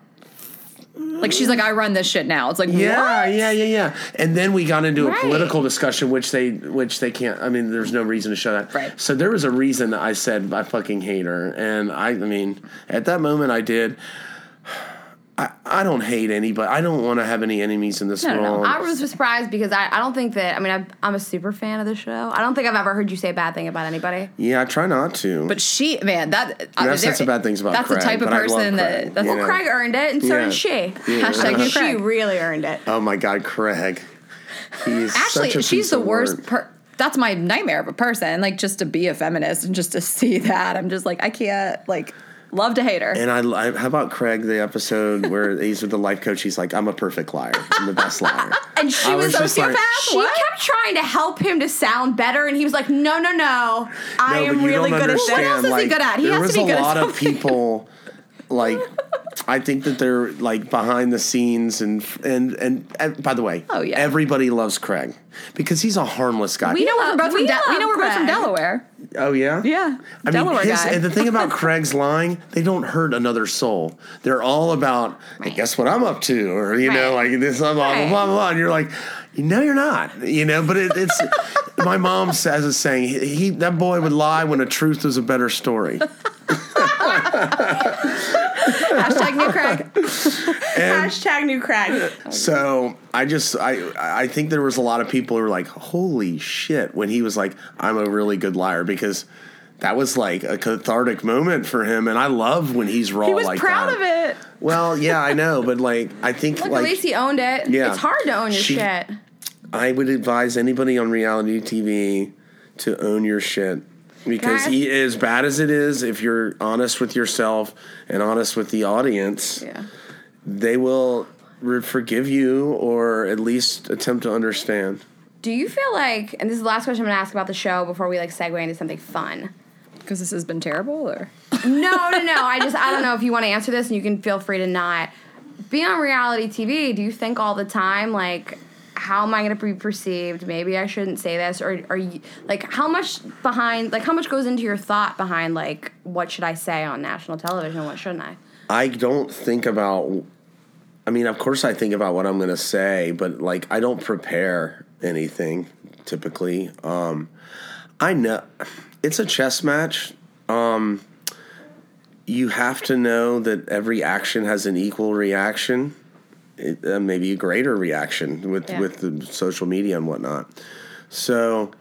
Speaker 2: like, she's like, I run this shit now. It's like,
Speaker 3: yeah,
Speaker 2: what?
Speaker 3: yeah, yeah, yeah. And then we got into
Speaker 1: Right.
Speaker 3: a political discussion, which they, which they can't. I mean, there's no reason to show that.
Speaker 2: Right.
Speaker 3: So there was a reason that I said I fucking hate her, and I, I mean, at that moment I did. I, I don't hate anybody. I don't want to have any enemies in this
Speaker 2: no, no.
Speaker 3: world.
Speaker 1: I was surprised because I, I don't think that I mean I'm, I'm a super fan of the show. I don't think I've ever heard you say a bad thing about anybody. uh,
Speaker 3: yeah, I try not to.
Speaker 2: But she, man, that I mean,
Speaker 3: That's, that's
Speaker 2: there-
Speaker 3: the bad things about
Speaker 2: That's
Speaker 3: Craig,
Speaker 2: the type of
Speaker 3: but I love
Speaker 2: person
Speaker 3: Craig,
Speaker 2: that. That's
Speaker 3: you
Speaker 1: Well,
Speaker 3: know?
Speaker 1: Craig earned it, and so
Speaker 3: Yeah.
Speaker 1: did she.
Speaker 3: Yeah.
Speaker 2: Hashtag you,
Speaker 1: she
Speaker 2: Craig.
Speaker 1: really earned it.
Speaker 3: Oh my God, Craig. He's
Speaker 2: Actually,
Speaker 3: such a
Speaker 2: she's
Speaker 3: piece
Speaker 2: the
Speaker 3: of
Speaker 2: worst.
Speaker 3: work.
Speaker 2: Per- that's my nightmare of a person. Like just to be a feminist and just to see that, I'm just like I can't. Like love to hate her.
Speaker 3: And I, I, how about Craig? The episode where he's with the life coach. He's like, "I'm a perfect liar. I'm the
Speaker 2: *laughs*
Speaker 3: best liar."
Speaker 1: And she
Speaker 3: I
Speaker 1: was,
Speaker 3: was just
Speaker 1: sociopath.
Speaker 3: like-
Speaker 1: she
Speaker 2: What?
Speaker 1: kept trying to help him to sound better, and he was like, "No, no, no. I
Speaker 3: No, but
Speaker 1: am
Speaker 3: you
Speaker 1: really
Speaker 3: don't
Speaker 1: good
Speaker 3: understand,
Speaker 1: at this."
Speaker 2: else is he
Speaker 3: like,
Speaker 2: good at? He
Speaker 3: there
Speaker 2: has to
Speaker 3: was
Speaker 2: be
Speaker 3: a
Speaker 2: good at
Speaker 3: lot of people,
Speaker 2: *laughs*
Speaker 3: like. I think that they're like behind the scenes, and and and, and by the way,
Speaker 2: Oh, yeah.
Speaker 3: everybody loves Craig because he's a harmless guy.
Speaker 2: we know we're
Speaker 1: love-
Speaker 2: both
Speaker 1: we
Speaker 2: from. De- we
Speaker 1: love
Speaker 2: know we're both
Speaker 1: Craig.
Speaker 2: from Delaware.
Speaker 3: Oh yeah,
Speaker 2: Yeah,
Speaker 3: I
Speaker 2: Delaware
Speaker 3: mean, his,
Speaker 2: guy.
Speaker 3: And the thing about Craig's lying, they don't hurt another soul. They're all about, hey,
Speaker 1: Right.
Speaker 3: guess what I'm up to, or you know,
Speaker 1: Right.
Speaker 3: like this, blah blah
Speaker 1: Right.
Speaker 3: blah blah. And you're like, no, you're not, you know. But it, it's *laughs* my mom says a saying. He, he that boy would lie when the truth was a
Speaker 2: *laughs*
Speaker 3: better
Speaker 2: Oh,
Speaker 3: story.
Speaker 2: Hashtag new Craig.
Speaker 3: *laughs*
Speaker 1: Hashtag new Craig.
Speaker 3: So I just I I think there was a lot of people who were like, holy shit, when he was like, I'm a really good liar because. That was like a cathartic moment for him, and I love when he's raw.
Speaker 2: He was
Speaker 3: like
Speaker 2: proud
Speaker 3: that.
Speaker 2: of it.
Speaker 3: Well, yeah, I know, but like, I think
Speaker 1: Look, at
Speaker 3: like
Speaker 1: least he owned it.
Speaker 3: Yeah.
Speaker 1: It's hard to own your
Speaker 3: She-
Speaker 1: shit.
Speaker 3: I would advise anybody on reality TV to own your shit because
Speaker 1: Guys-
Speaker 3: e- as bad as it is, if you're honest with yourself and honest with the audience,
Speaker 1: Yeah.
Speaker 3: they will re- forgive you or at least attempt to understand.
Speaker 1: Do you feel like, and this is the last question I'm gonna ask about the show before we like segue into something fun?
Speaker 2: Because this has been terrible. Or
Speaker 1: No, no, no. I just I don't know if you want to answer this, and you can feel free to not. Being on reality TV, do you think all the time like? How am I going to be perceived? Maybe I shouldn't say this, or are you like how much behind? Like how much goes into your thought behind like what should I say on national television? and What shouldn't I?
Speaker 3: I don't think about. I mean, of course, I think about what I'm going to say, but like, I don't prepare anything typically. Um, I know it's a chess match. Um, you have to know that every action has an equal reaction it, uh, maybe a greater reaction with
Speaker 1: Yeah.
Speaker 3: with the social media and whatnot. So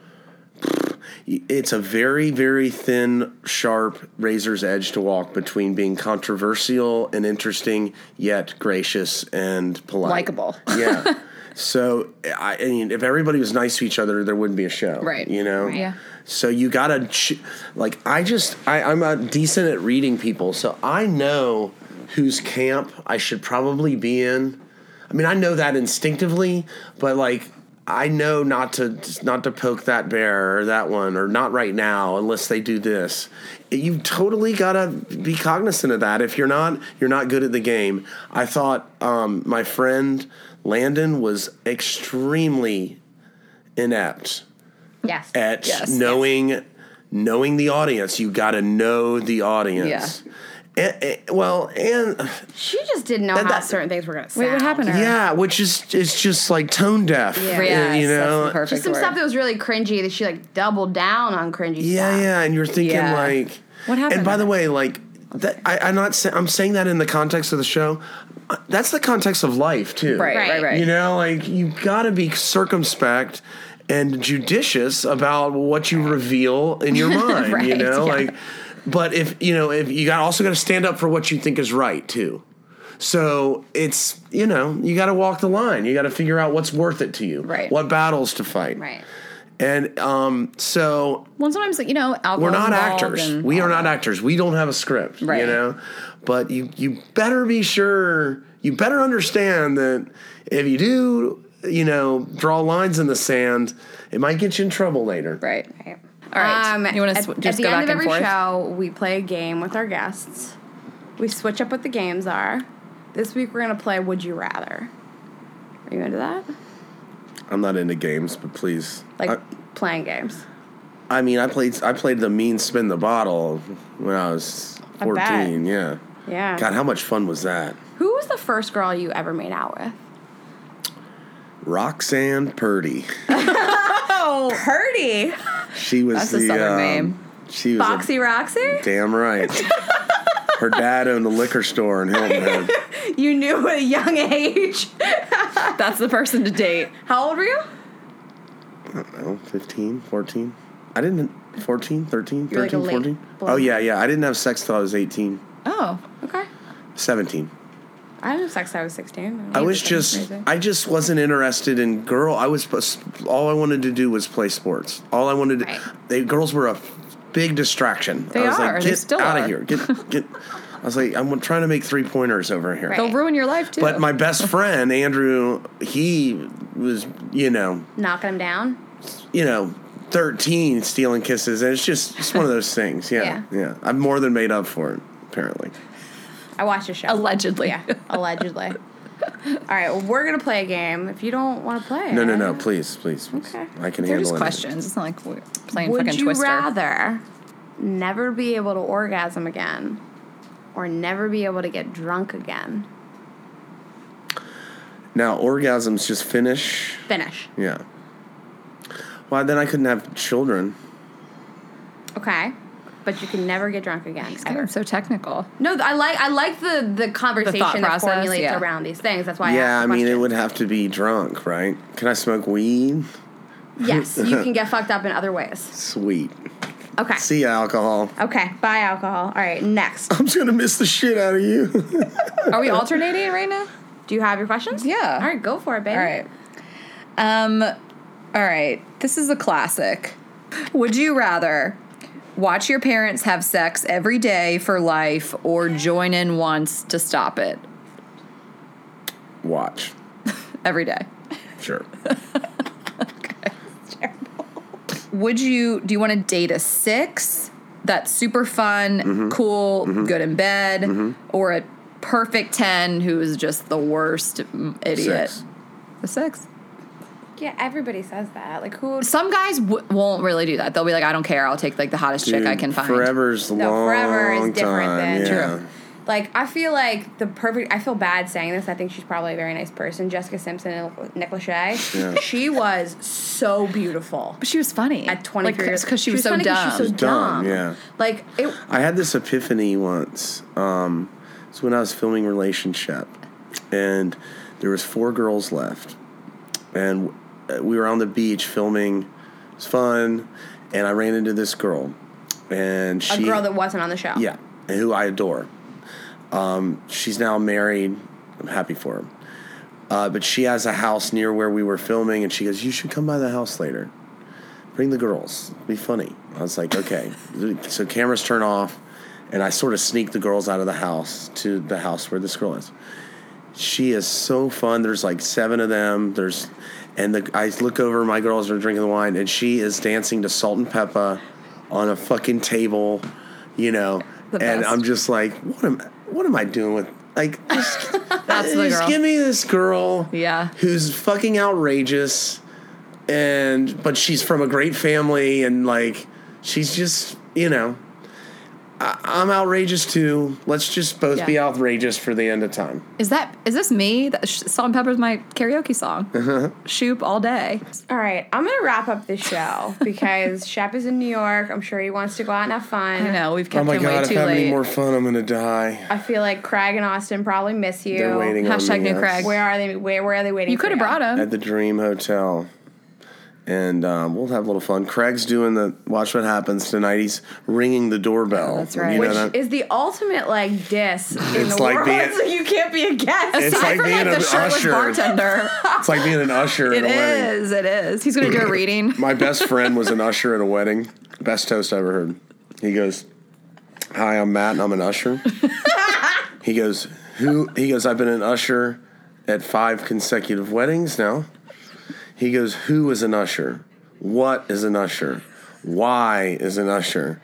Speaker 3: it's a very very thin, sharp razor's edge to walk between being controversial and interesting, yet gracious and polite,
Speaker 2: Likeable.
Speaker 3: Yeah. So I, I mean, if everybody was nice to each other, there wouldn't be a show,
Speaker 2: Right.
Speaker 3: You know,
Speaker 2: Right. Yeah.
Speaker 3: So you gotta, ch- like, I just I, I'm uh decent at reading people, so I know whose camp I should probably be in. I mean, I know that instinctively, but like, I know not to not to poke that bear or that one or not right now unless they do this. You totally gotta be cognizant of that. If you're not, you're not good at the game. I thought um, my friend Landon was extremely inept
Speaker 1: Yes.
Speaker 3: at
Speaker 2: Yes.
Speaker 3: knowing knowing the audience. You got to know the audience. And- and- well, and
Speaker 1: She just didn't know how
Speaker 3: that-
Speaker 1: certain things were going to sound.
Speaker 2: Wait, what happened? to her?
Speaker 3: yeah, which is it's just like tone deaf.
Speaker 1: Yeah.
Speaker 3: uh,
Speaker 2: Yes,
Speaker 3: you know.
Speaker 2: that's the perfect
Speaker 1: Just some
Speaker 2: word.
Speaker 1: stuff that was really cringy that she like doubled down on cringy
Speaker 3: yeah,
Speaker 1: stuff.
Speaker 3: yeah, and you're thinking
Speaker 2: Yeah.
Speaker 3: like,
Speaker 2: What happened
Speaker 3: And by
Speaker 2: to
Speaker 3: the
Speaker 2: that?
Speaker 3: way, like that, I, I'm not sa- I'm saying that in the context of the show. Uh, That's the context of life too.
Speaker 2: Right, right, right.
Speaker 1: Right.
Speaker 3: You know, like you got to be circumspect and judicious about what you reveal in your mind. you
Speaker 2: Right,
Speaker 3: know,
Speaker 2: yeah.
Speaker 3: like, but if you know, if you got also got to stand up for what you think is right too. So it's you know you got to walk the line. You got to figure out what's worth it to you.
Speaker 2: Right.
Speaker 3: What battles to fight.
Speaker 1: Right.
Speaker 3: And um, so
Speaker 2: Well, sometimes you know, alcohol.
Speaker 3: we're not actors. We are not actors. We don't have a script, you
Speaker 2: Right.
Speaker 3: know. But you you better be sure. You better understand that if you do, you know, draw lines in the sand, it might get you in trouble later.
Speaker 2: Right.
Speaker 1: Right.
Speaker 2: All right.
Speaker 1: Um,
Speaker 2: you want to
Speaker 1: at-
Speaker 2: sw- just
Speaker 1: at the
Speaker 2: go back
Speaker 1: end of
Speaker 2: and
Speaker 1: every
Speaker 2: forth?
Speaker 1: show, we play a game with our guests. We switch up what the games are. This week we're gonna play Would You Rather. Are you into that?
Speaker 3: I'm not into games, but please,
Speaker 1: Like
Speaker 3: I,
Speaker 1: playing games.
Speaker 3: I mean, I played I played the mean spin the bottle when I was
Speaker 1: I bet.
Speaker 3: 14. yeah.
Speaker 1: Yeah.
Speaker 3: God, how much fun was that?
Speaker 1: Who was the first girl you ever made out with?
Speaker 3: Roxanne Purdy.
Speaker 1: Oh, *laughs* Purdy,
Speaker 3: She was
Speaker 2: That's a
Speaker 3: the
Speaker 2: southern
Speaker 3: um,
Speaker 2: name.
Speaker 3: She was a-
Speaker 1: Boxy Roxy.
Speaker 3: Damn
Speaker 1: *laughs*
Speaker 3: right. Her dad owned a liquor store in Hilton Head.
Speaker 1: You knew at a young *laughs* age.
Speaker 2: That's the person to date.
Speaker 1: How old were you?
Speaker 3: Oh, 15, 14. I didn't, 14, 13,
Speaker 1: You're like a
Speaker 3: 13,
Speaker 1: late
Speaker 3: 14.
Speaker 1: bloomer.
Speaker 3: Oh, yeah, yeah. I didn't have sex till I was 18,
Speaker 2: Oh,
Speaker 1: Okay.
Speaker 3: 17.
Speaker 1: I had sex. till I was sixteen.
Speaker 3: I was
Speaker 1: That's
Speaker 3: just,
Speaker 1: crazy.
Speaker 3: I just wasn't interested in girl. I was, supposed- all I wanted to do was play sports. All I wanted,
Speaker 1: Right.
Speaker 3: they, girls were a big distraction.
Speaker 2: They
Speaker 3: I was
Speaker 2: are.
Speaker 3: like,
Speaker 2: They
Speaker 3: get
Speaker 2: still
Speaker 3: out
Speaker 2: are."
Speaker 3: of here.
Speaker 1: *laughs*
Speaker 3: Get, get. I was like, I'm trying to make three pointers over here.
Speaker 1: Right.
Speaker 2: they'll ruin your life too.
Speaker 3: But
Speaker 1: *laughs*
Speaker 3: my best friend, Andrew, he was, you know,
Speaker 1: knocking him down.
Speaker 3: you know, 13 stealing kisses. And it's just it's one of those things. Yeah,
Speaker 1: Yeah.
Speaker 3: yeah. I've more than made up for it, apparently.
Speaker 1: I watched a show.
Speaker 2: allegedly.
Speaker 1: Yeah, allegedly. All right, well, we're gonna play a game. If you don't want to play,
Speaker 3: No, no, no.
Speaker 1: it,
Speaker 3: Please, please. please.
Speaker 1: Okay.
Speaker 3: I can
Speaker 2: They're
Speaker 3: handle
Speaker 2: just
Speaker 3: it.
Speaker 2: questions. It's not like we're playing
Speaker 1: Would
Speaker 2: fucking
Speaker 1: you
Speaker 2: Twister.
Speaker 1: rather never be able to orgasm again, or never be able to get drunk again?
Speaker 3: Now, orgasms just finish.
Speaker 1: Finish.
Speaker 3: Yeah. Well, then I couldn't have children.
Speaker 1: Okay, but you can never get drunk again.
Speaker 2: God,
Speaker 1: ever.
Speaker 2: I'm so technical.
Speaker 1: No, I like I like the the conversation that
Speaker 2: process,
Speaker 1: formulates
Speaker 2: yeah.
Speaker 1: around these things. That's why. I
Speaker 3: yeah, I
Speaker 1: asked the
Speaker 3: mean, it
Speaker 1: question.
Speaker 3: would have to be drunk, right? Can I smoke weed? *laughs*
Speaker 1: Yes, you can get fucked up in other ways.
Speaker 3: Sweet.
Speaker 1: Okay.
Speaker 3: See ya, alcohol.
Speaker 1: Okay. Bye, alcohol. All right. Next,
Speaker 3: I'm just gonna miss the shit out of you. *laughs*
Speaker 2: Are we alternating right now?
Speaker 1: do you have your questions?
Speaker 2: Yeah.
Speaker 1: All right, go for it, baby.
Speaker 2: All right. Um, all right. This is a classic. Would you rather watch your parents have sex every day for life or join in once to stop it
Speaker 3: Watch.
Speaker 2: every day?
Speaker 1: *laughs*
Speaker 3: Sure.
Speaker 2: Would you do you want to date a six that's super fun, cool, good in bed, or a perfect 10 who is just the worst mm, idiot?
Speaker 3: Sex.
Speaker 2: The six.
Speaker 1: Yeah, everybody says that. Like who?
Speaker 2: Some guys w- won't really do that. They'll be like, I don't care. I'll take like the hottest chick I
Speaker 3: Dude,
Speaker 2: can find.
Speaker 3: Forever's
Speaker 1: No,
Speaker 3: long
Speaker 1: forever is different
Speaker 3: time.
Speaker 1: than
Speaker 3: yeah.
Speaker 2: True.
Speaker 1: Like I feel like the perfect. I feel bad saying this. I think she's probably a very nice person. Jessica Simpson and Nick Lachey.
Speaker 3: Yeah.
Speaker 1: She was so beautiful
Speaker 2: But she was funny
Speaker 1: at 23 years
Speaker 2: because she, was so
Speaker 1: funny 'cause
Speaker 2: dumb.
Speaker 1: She was so dumb.
Speaker 3: Dumb, yeah.
Speaker 1: Like it.
Speaker 3: I had this epiphany once. Um, it's when I was filming Relationship, and There was four girls left, and uh, we were on the beach filming. It was fun, and I ran into this girl, and
Speaker 1: A
Speaker 3: she
Speaker 1: girl that wasn't on the show.
Speaker 3: yeah, and who I adore. Um, she's now married. I'm happy for her. Uh, but she has a house near where we were filming, and she goes, "You should come by the house later. Bring the girls. It'll be funny." I was like, "Okay." so cameras turn off, and I sort of sneak the girls out of the house to the house where this girl is. She is so fun. There's like seven of them. There's, and the, I look over. My girls are drinking the wine, and she is dancing to Salt and Peppa on a fucking table, you know.
Speaker 2: The
Speaker 3: and
Speaker 2: best.
Speaker 3: I'm just like, what am what am I doing with like? Just,
Speaker 2: That's the
Speaker 3: just
Speaker 2: girl.
Speaker 3: give me this girl,
Speaker 2: Yeah.
Speaker 3: who's fucking outrageous, and but she's from a great family, and like she's just you know. I- I'm outrageous too. Let's just both
Speaker 2: Yeah.
Speaker 3: be outrageous for the end of time.
Speaker 2: Is that is this me? That, Sh- Salt and Pepper is my karaoke song.
Speaker 3: Uh-huh.
Speaker 2: Shoop all day.
Speaker 1: All right, I'm gonna wrap up the
Speaker 2: *laughs*
Speaker 1: show because Shep is in New York. I'm sure he wants to go out and have fun.
Speaker 2: I know we've kept
Speaker 3: Oh my
Speaker 2: him
Speaker 3: god!
Speaker 2: way
Speaker 3: If I
Speaker 2: too
Speaker 3: have
Speaker 2: late.
Speaker 3: any more fun, I'm gonna die.
Speaker 1: I feel like Craig and Austin probably miss you.
Speaker 3: They're waiting
Speaker 2: Hashtag
Speaker 3: on me.
Speaker 2: new
Speaker 3: yes.
Speaker 2: Craig.
Speaker 1: Where are they? Where, where are they waiting?
Speaker 2: you could have brought him.
Speaker 3: at the Dream Hotel, and um, we'll have a little fun. Craig's doing the Watch What Happens tonight. He's ringing the doorbell.
Speaker 2: That's right.
Speaker 3: You know
Speaker 1: Which
Speaker 3: that-
Speaker 1: is the ultimate like diss in
Speaker 3: It's
Speaker 1: the
Speaker 3: like
Speaker 1: world. *laughs*
Speaker 3: being-
Speaker 1: so you can't be a guest.
Speaker 3: It's
Speaker 2: Aside
Speaker 3: like
Speaker 2: from,
Speaker 1: *laughs*
Speaker 3: being
Speaker 2: the
Speaker 3: an
Speaker 2: shirtless
Speaker 3: usher. *laughs*
Speaker 2: bartender.
Speaker 3: it's like being an usher
Speaker 2: *laughs* it
Speaker 3: at a wedding.
Speaker 2: is. It is. He's
Speaker 3: *laughs*
Speaker 2: gonna do a reading.
Speaker 3: My best friend was an usher at a wedding. Best toast I ever heard. He goes, "Hi, I'm Matt, and I'm an usher." he goes, "Who?" He goes, "I've been an usher at five consecutive weddings now." He goes, "Who is an usher? What is an usher? Why is an usher?"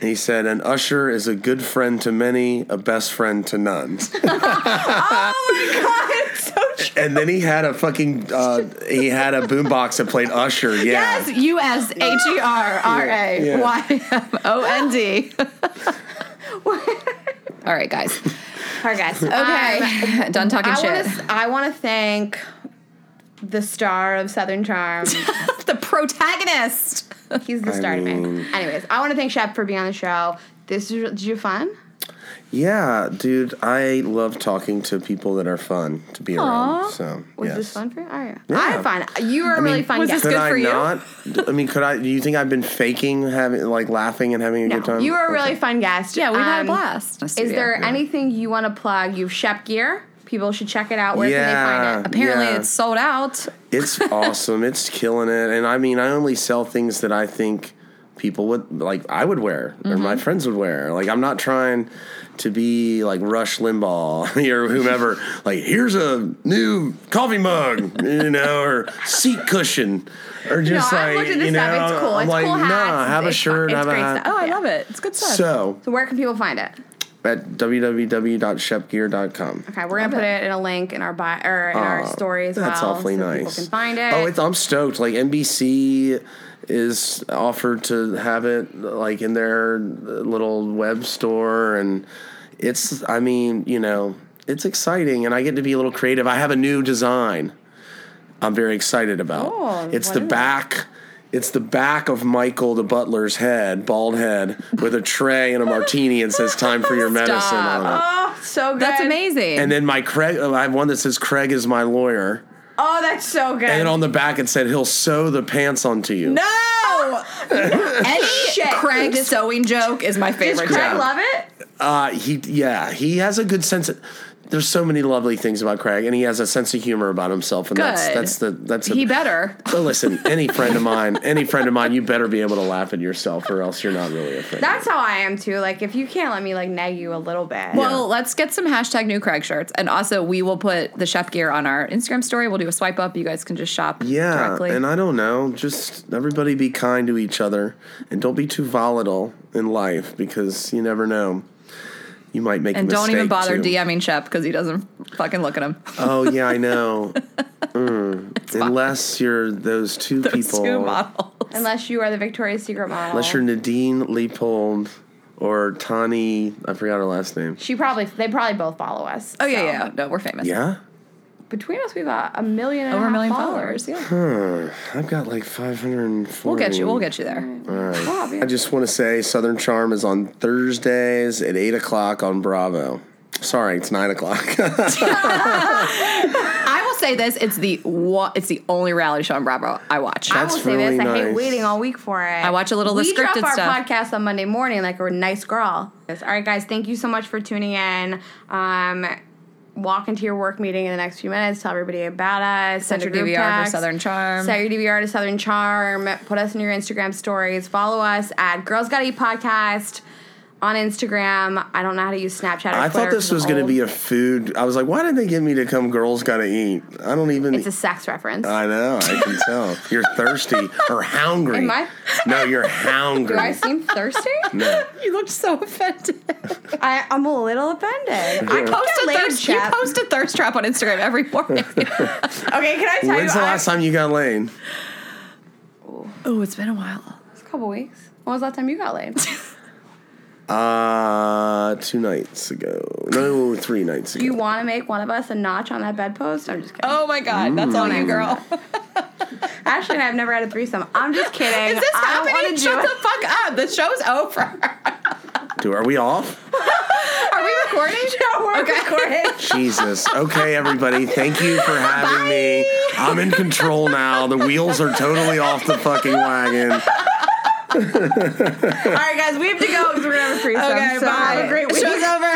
Speaker 3: He said, "An usher is a good friend to many, a best friend to none." and then he had a fucking uh, he had a boombox that played Usher. Yeah.
Speaker 2: Yes, U S H E R
Speaker 1: *laughs*
Speaker 2: R A
Speaker 3: Yeah.
Speaker 2: Y M O N D. All right, guys.
Speaker 1: All right, guys. *laughs* Okay. Um,
Speaker 2: Okay, done talking
Speaker 1: I
Speaker 2: shit.
Speaker 1: want to. I want to thank the star of Southern
Speaker 2: *laughs*
Speaker 1: Charm.
Speaker 2: the protagonist.
Speaker 1: He's the star to me.
Speaker 3: mean-
Speaker 1: Anyways, I want to thank Shep for being on the show. This is did you have fun?
Speaker 3: Yeah, dude, I love talking to people that are fun to be around. So
Speaker 1: Was
Speaker 3: yes.
Speaker 1: this fun for you? All right.
Speaker 3: Yeah.
Speaker 1: I had fun. You were a really fun
Speaker 2: was
Speaker 1: guest.
Speaker 2: this
Speaker 3: Could
Speaker 2: good
Speaker 3: I
Speaker 2: for you?
Speaker 3: not? D- I mean, could I? Do you think I've been faking having like laughing and having a good
Speaker 1: No,
Speaker 3: time?
Speaker 1: you were a
Speaker 3: Okay.
Speaker 1: really fun guest.
Speaker 2: Yeah, we had a
Speaker 1: Um,
Speaker 2: blast.
Speaker 1: Is there anything you want to plug? You've Shep Gear. People should check it out. Where
Speaker 3: Yeah.
Speaker 1: can they find it?
Speaker 2: Apparently,
Speaker 3: Yeah.
Speaker 2: it's sold out.
Speaker 1: *laughs*
Speaker 3: It's awesome. It's killing it. And I mean, I only sell things that I think people would like. I would wear, or my
Speaker 1: Mm-hmm.
Speaker 3: friends would wear. Like, I'm not trying to be like Rush Limbaugh *laughs* or whomever. like, here's a new coffee mug, you know, or seat cushion, or just
Speaker 1: I've
Speaker 3: like
Speaker 1: looked at this
Speaker 3: you know,
Speaker 1: stuff. It's cool.
Speaker 3: I'm
Speaker 1: It's
Speaker 3: like,
Speaker 1: cool hats.
Speaker 3: nah, have a
Speaker 1: It's fun.
Speaker 3: shirt,
Speaker 1: It's
Speaker 3: have
Speaker 1: great
Speaker 3: a hat.
Speaker 1: stuff.
Speaker 2: Oh, I
Speaker 1: Yeah.
Speaker 2: love it. It's good stuff.
Speaker 3: So
Speaker 1: So where can people find it?
Speaker 3: at www.shepgear.com.
Speaker 1: Okay, we're gonna put it in a link in our bio or in our story as
Speaker 3: Oh, That's
Speaker 1: well,
Speaker 3: awfully
Speaker 1: so
Speaker 3: nice.
Speaker 1: people can find it.
Speaker 3: Oh, it's, I'm stoked. Like NBC is offered to have it like in their little web store, and it's. I mean, you know, it's exciting, and I get to be a little creative. I have a new design. I'm very excited about.
Speaker 1: Cool.
Speaker 3: It's
Speaker 1: What
Speaker 3: the
Speaker 1: is it?
Speaker 3: back. It's the back of Michael the butler's head, bald head, with a tray and a martini, and says "Time
Speaker 1: *laughs*
Speaker 3: for your medicine"
Speaker 2: Stop.
Speaker 3: on it.
Speaker 1: oh, so good.
Speaker 2: That's amazing.
Speaker 3: And then my Craig, I have one that says "Craig is my lawyer."
Speaker 1: Oh, that's so good.
Speaker 3: And on the back it said he'll sew the pants onto you. *laughs*
Speaker 2: no! Any
Speaker 1: Shit.
Speaker 2: Craig sewing joke is my
Speaker 1: Does
Speaker 2: favorite
Speaker 1: Craig
Speaker 2: joke.
Speaker 1: love it?
Speaker 3: Uh, he yeah, he has a good sense of there's so many lovely things about Craig and he has a sense of humor about himself and that's
Speaker 2: Good.
Speaker 3: that's the that's a,
Speaker 2: He better.
Speaker 3: Well, listen, any friend of mine, any friend of mine, you better be able to laugh at yourself or else you're not really a friend.
Speaker 1: That's how I am too. Like if you can't let me like nag you a little bit.
Speaker 2: Well, let's get some hashtag new Craig shirts. And also, we will put the chef gear on our Instagram story. We'll do a swipe up. You guys can just shop
Speaker 3: yeah,
Speaker 2: directly.
Speaker 3: and I don't know. Just everybody be kind to each other and don't be too volatile in life because you never know. You might make
Speaker 2: and
Speaker 3: a
Speaker 2: don't even
Speaker 3: mistake,
Speaker 2: bother
Speaker 3: too.
Speaker 2: DMing Shep because he doesn't fucking look at him. *laughs*
Speaker 3: Oh yeah, I know. Mm. Unless you're those two people,
Speaker 2: Two models.
Speaker 1: unless you are the Victoria's Secret model.
Speaker 3: unless you're Nadine Leopold or Tani, I forgot her last name.
Speaker 1: she probably they probably both follow us.
Speaker 2: Oh, yeah,
Speaker 1: so.
Speaker 2: yeah. No, we're famous.
Speaker 3: Yeah,
Speaker 1: Between us, we've got a million and
Speaker 2: Over a
Speaker 1: half
Speaker 2: million
Speaker 1: followers.
Speaker 2: followers. Yeah.
Speaker 3: I've got like 540.
Speaker 2: We'll get you. We'll get you there.
Speaker 1: Wow, yeah.
Speaker 3: I just want to say Southern Charm is on Thursdays at eight o'clock on Bravo. Sorry, it's nine o'clock. *laughs*
Speaker 2: I will say this: it's the wa- it's the only reality show on Bravo I watch.
Speaker 1: I
Speaker 3: That's
Speaker 1: will say this.
Speaker 3: really
Speaker 1: I hate
Speaker 3: nice.
Speaker 1: waiting all week for it. I
Speaker 2: watch a little of the
Speaker 1: we drop
Speaker 2: scripted
Speaker 1: our
Speaker 2: stuff.
Speaker 1: podcast on Monday morning like a nice girl. All right, guys. Thank you so much for tuning in. Um, walk into your work meeting in the next few minutes. Tell everybody about us.
Speaker 2: Set
Speaker 1: send a
Speaker 2: your
Speaker 1: group
Speaker 2: DVR for
Speaker 1: text,
Speaker 2: Southern Charm.
Speaker 1: Set your DVR to Southern Charm. Put us in your Instagram stories. Follow us at Girls Gotta Eat Podcast on Instagram. I don't know how to use Snapchat. Or
Speaker 3: I thought this was going to be a food. I was like, why did they get me to come? Girls got to eat. I don't even.
Speaker 1: It's a sex reference.
Speaker 3: *laughs* I know. I can tell. You're thirsty or hungry.
Speaker 1: Am I?
Speaker 2: *laughs*
Speaker 3: No, you're
Speaker 1: Do I
Speaker 3: hungry.
Speaker 1: seem thirsty?
Speaker 3: *laughs* No.
Speaker 2: you looked so *laughs* offended.
Speaker 1: I, I'm a little offended.
Speaker 2: I
Speaker 1: I
Speaker 2: post a
Speaker 1: laid
Speaker 2: thirst. You
Speaker 1: Jeff.
Speaker 2: post a thirst trap on Instagram *laughs* every morning.
Speaker 1: Okay, can I *laughs* tell
Speaker 3: When's the
Speaker 1: you? I-
Speaker 3: last time you got laid?
Speaker 2: oh, it's been a while.
Speaker 1: It's a couple weeks. When was the last time you got laid? *laughs*
Speaker 3: Uh, two nights ago. No, three nights ago.
Speaker 1: Do you want to make one of us a notch on that bedpost? I'm just kidding.
Speaker 2: Oh my god, that's on you, girl.
Speaker 1: Ashley and I have never had a threesome. I'm *laughs* just kidding.
Speaker 2: Is this
Speaker 1: I don't
Speaker 2: happening?
Speaker 1: wanna do
Speaker 2: Shut
Speaker 1: it.
Speaker 2: the fuck up. The show's over. Are
Speaker 3: Do are we off?
Speaker 2: we *laughs* recording?
Speaker 1: No, we're *laughs* recording.
Speaker 3: Jesus. Okay, everybody. Thank you for having me. I'm in control now. The wheels are totally off the fucking wagon.
Speaker 1: All right, guys, we have to go because we're gonna have a threesome. *laughs*
Speaker 2: Okay,
Speaker 1: so
Speaker 2: bye.
Speaker 1: Have a great week.
Speaker 2: Show's over. *laughs*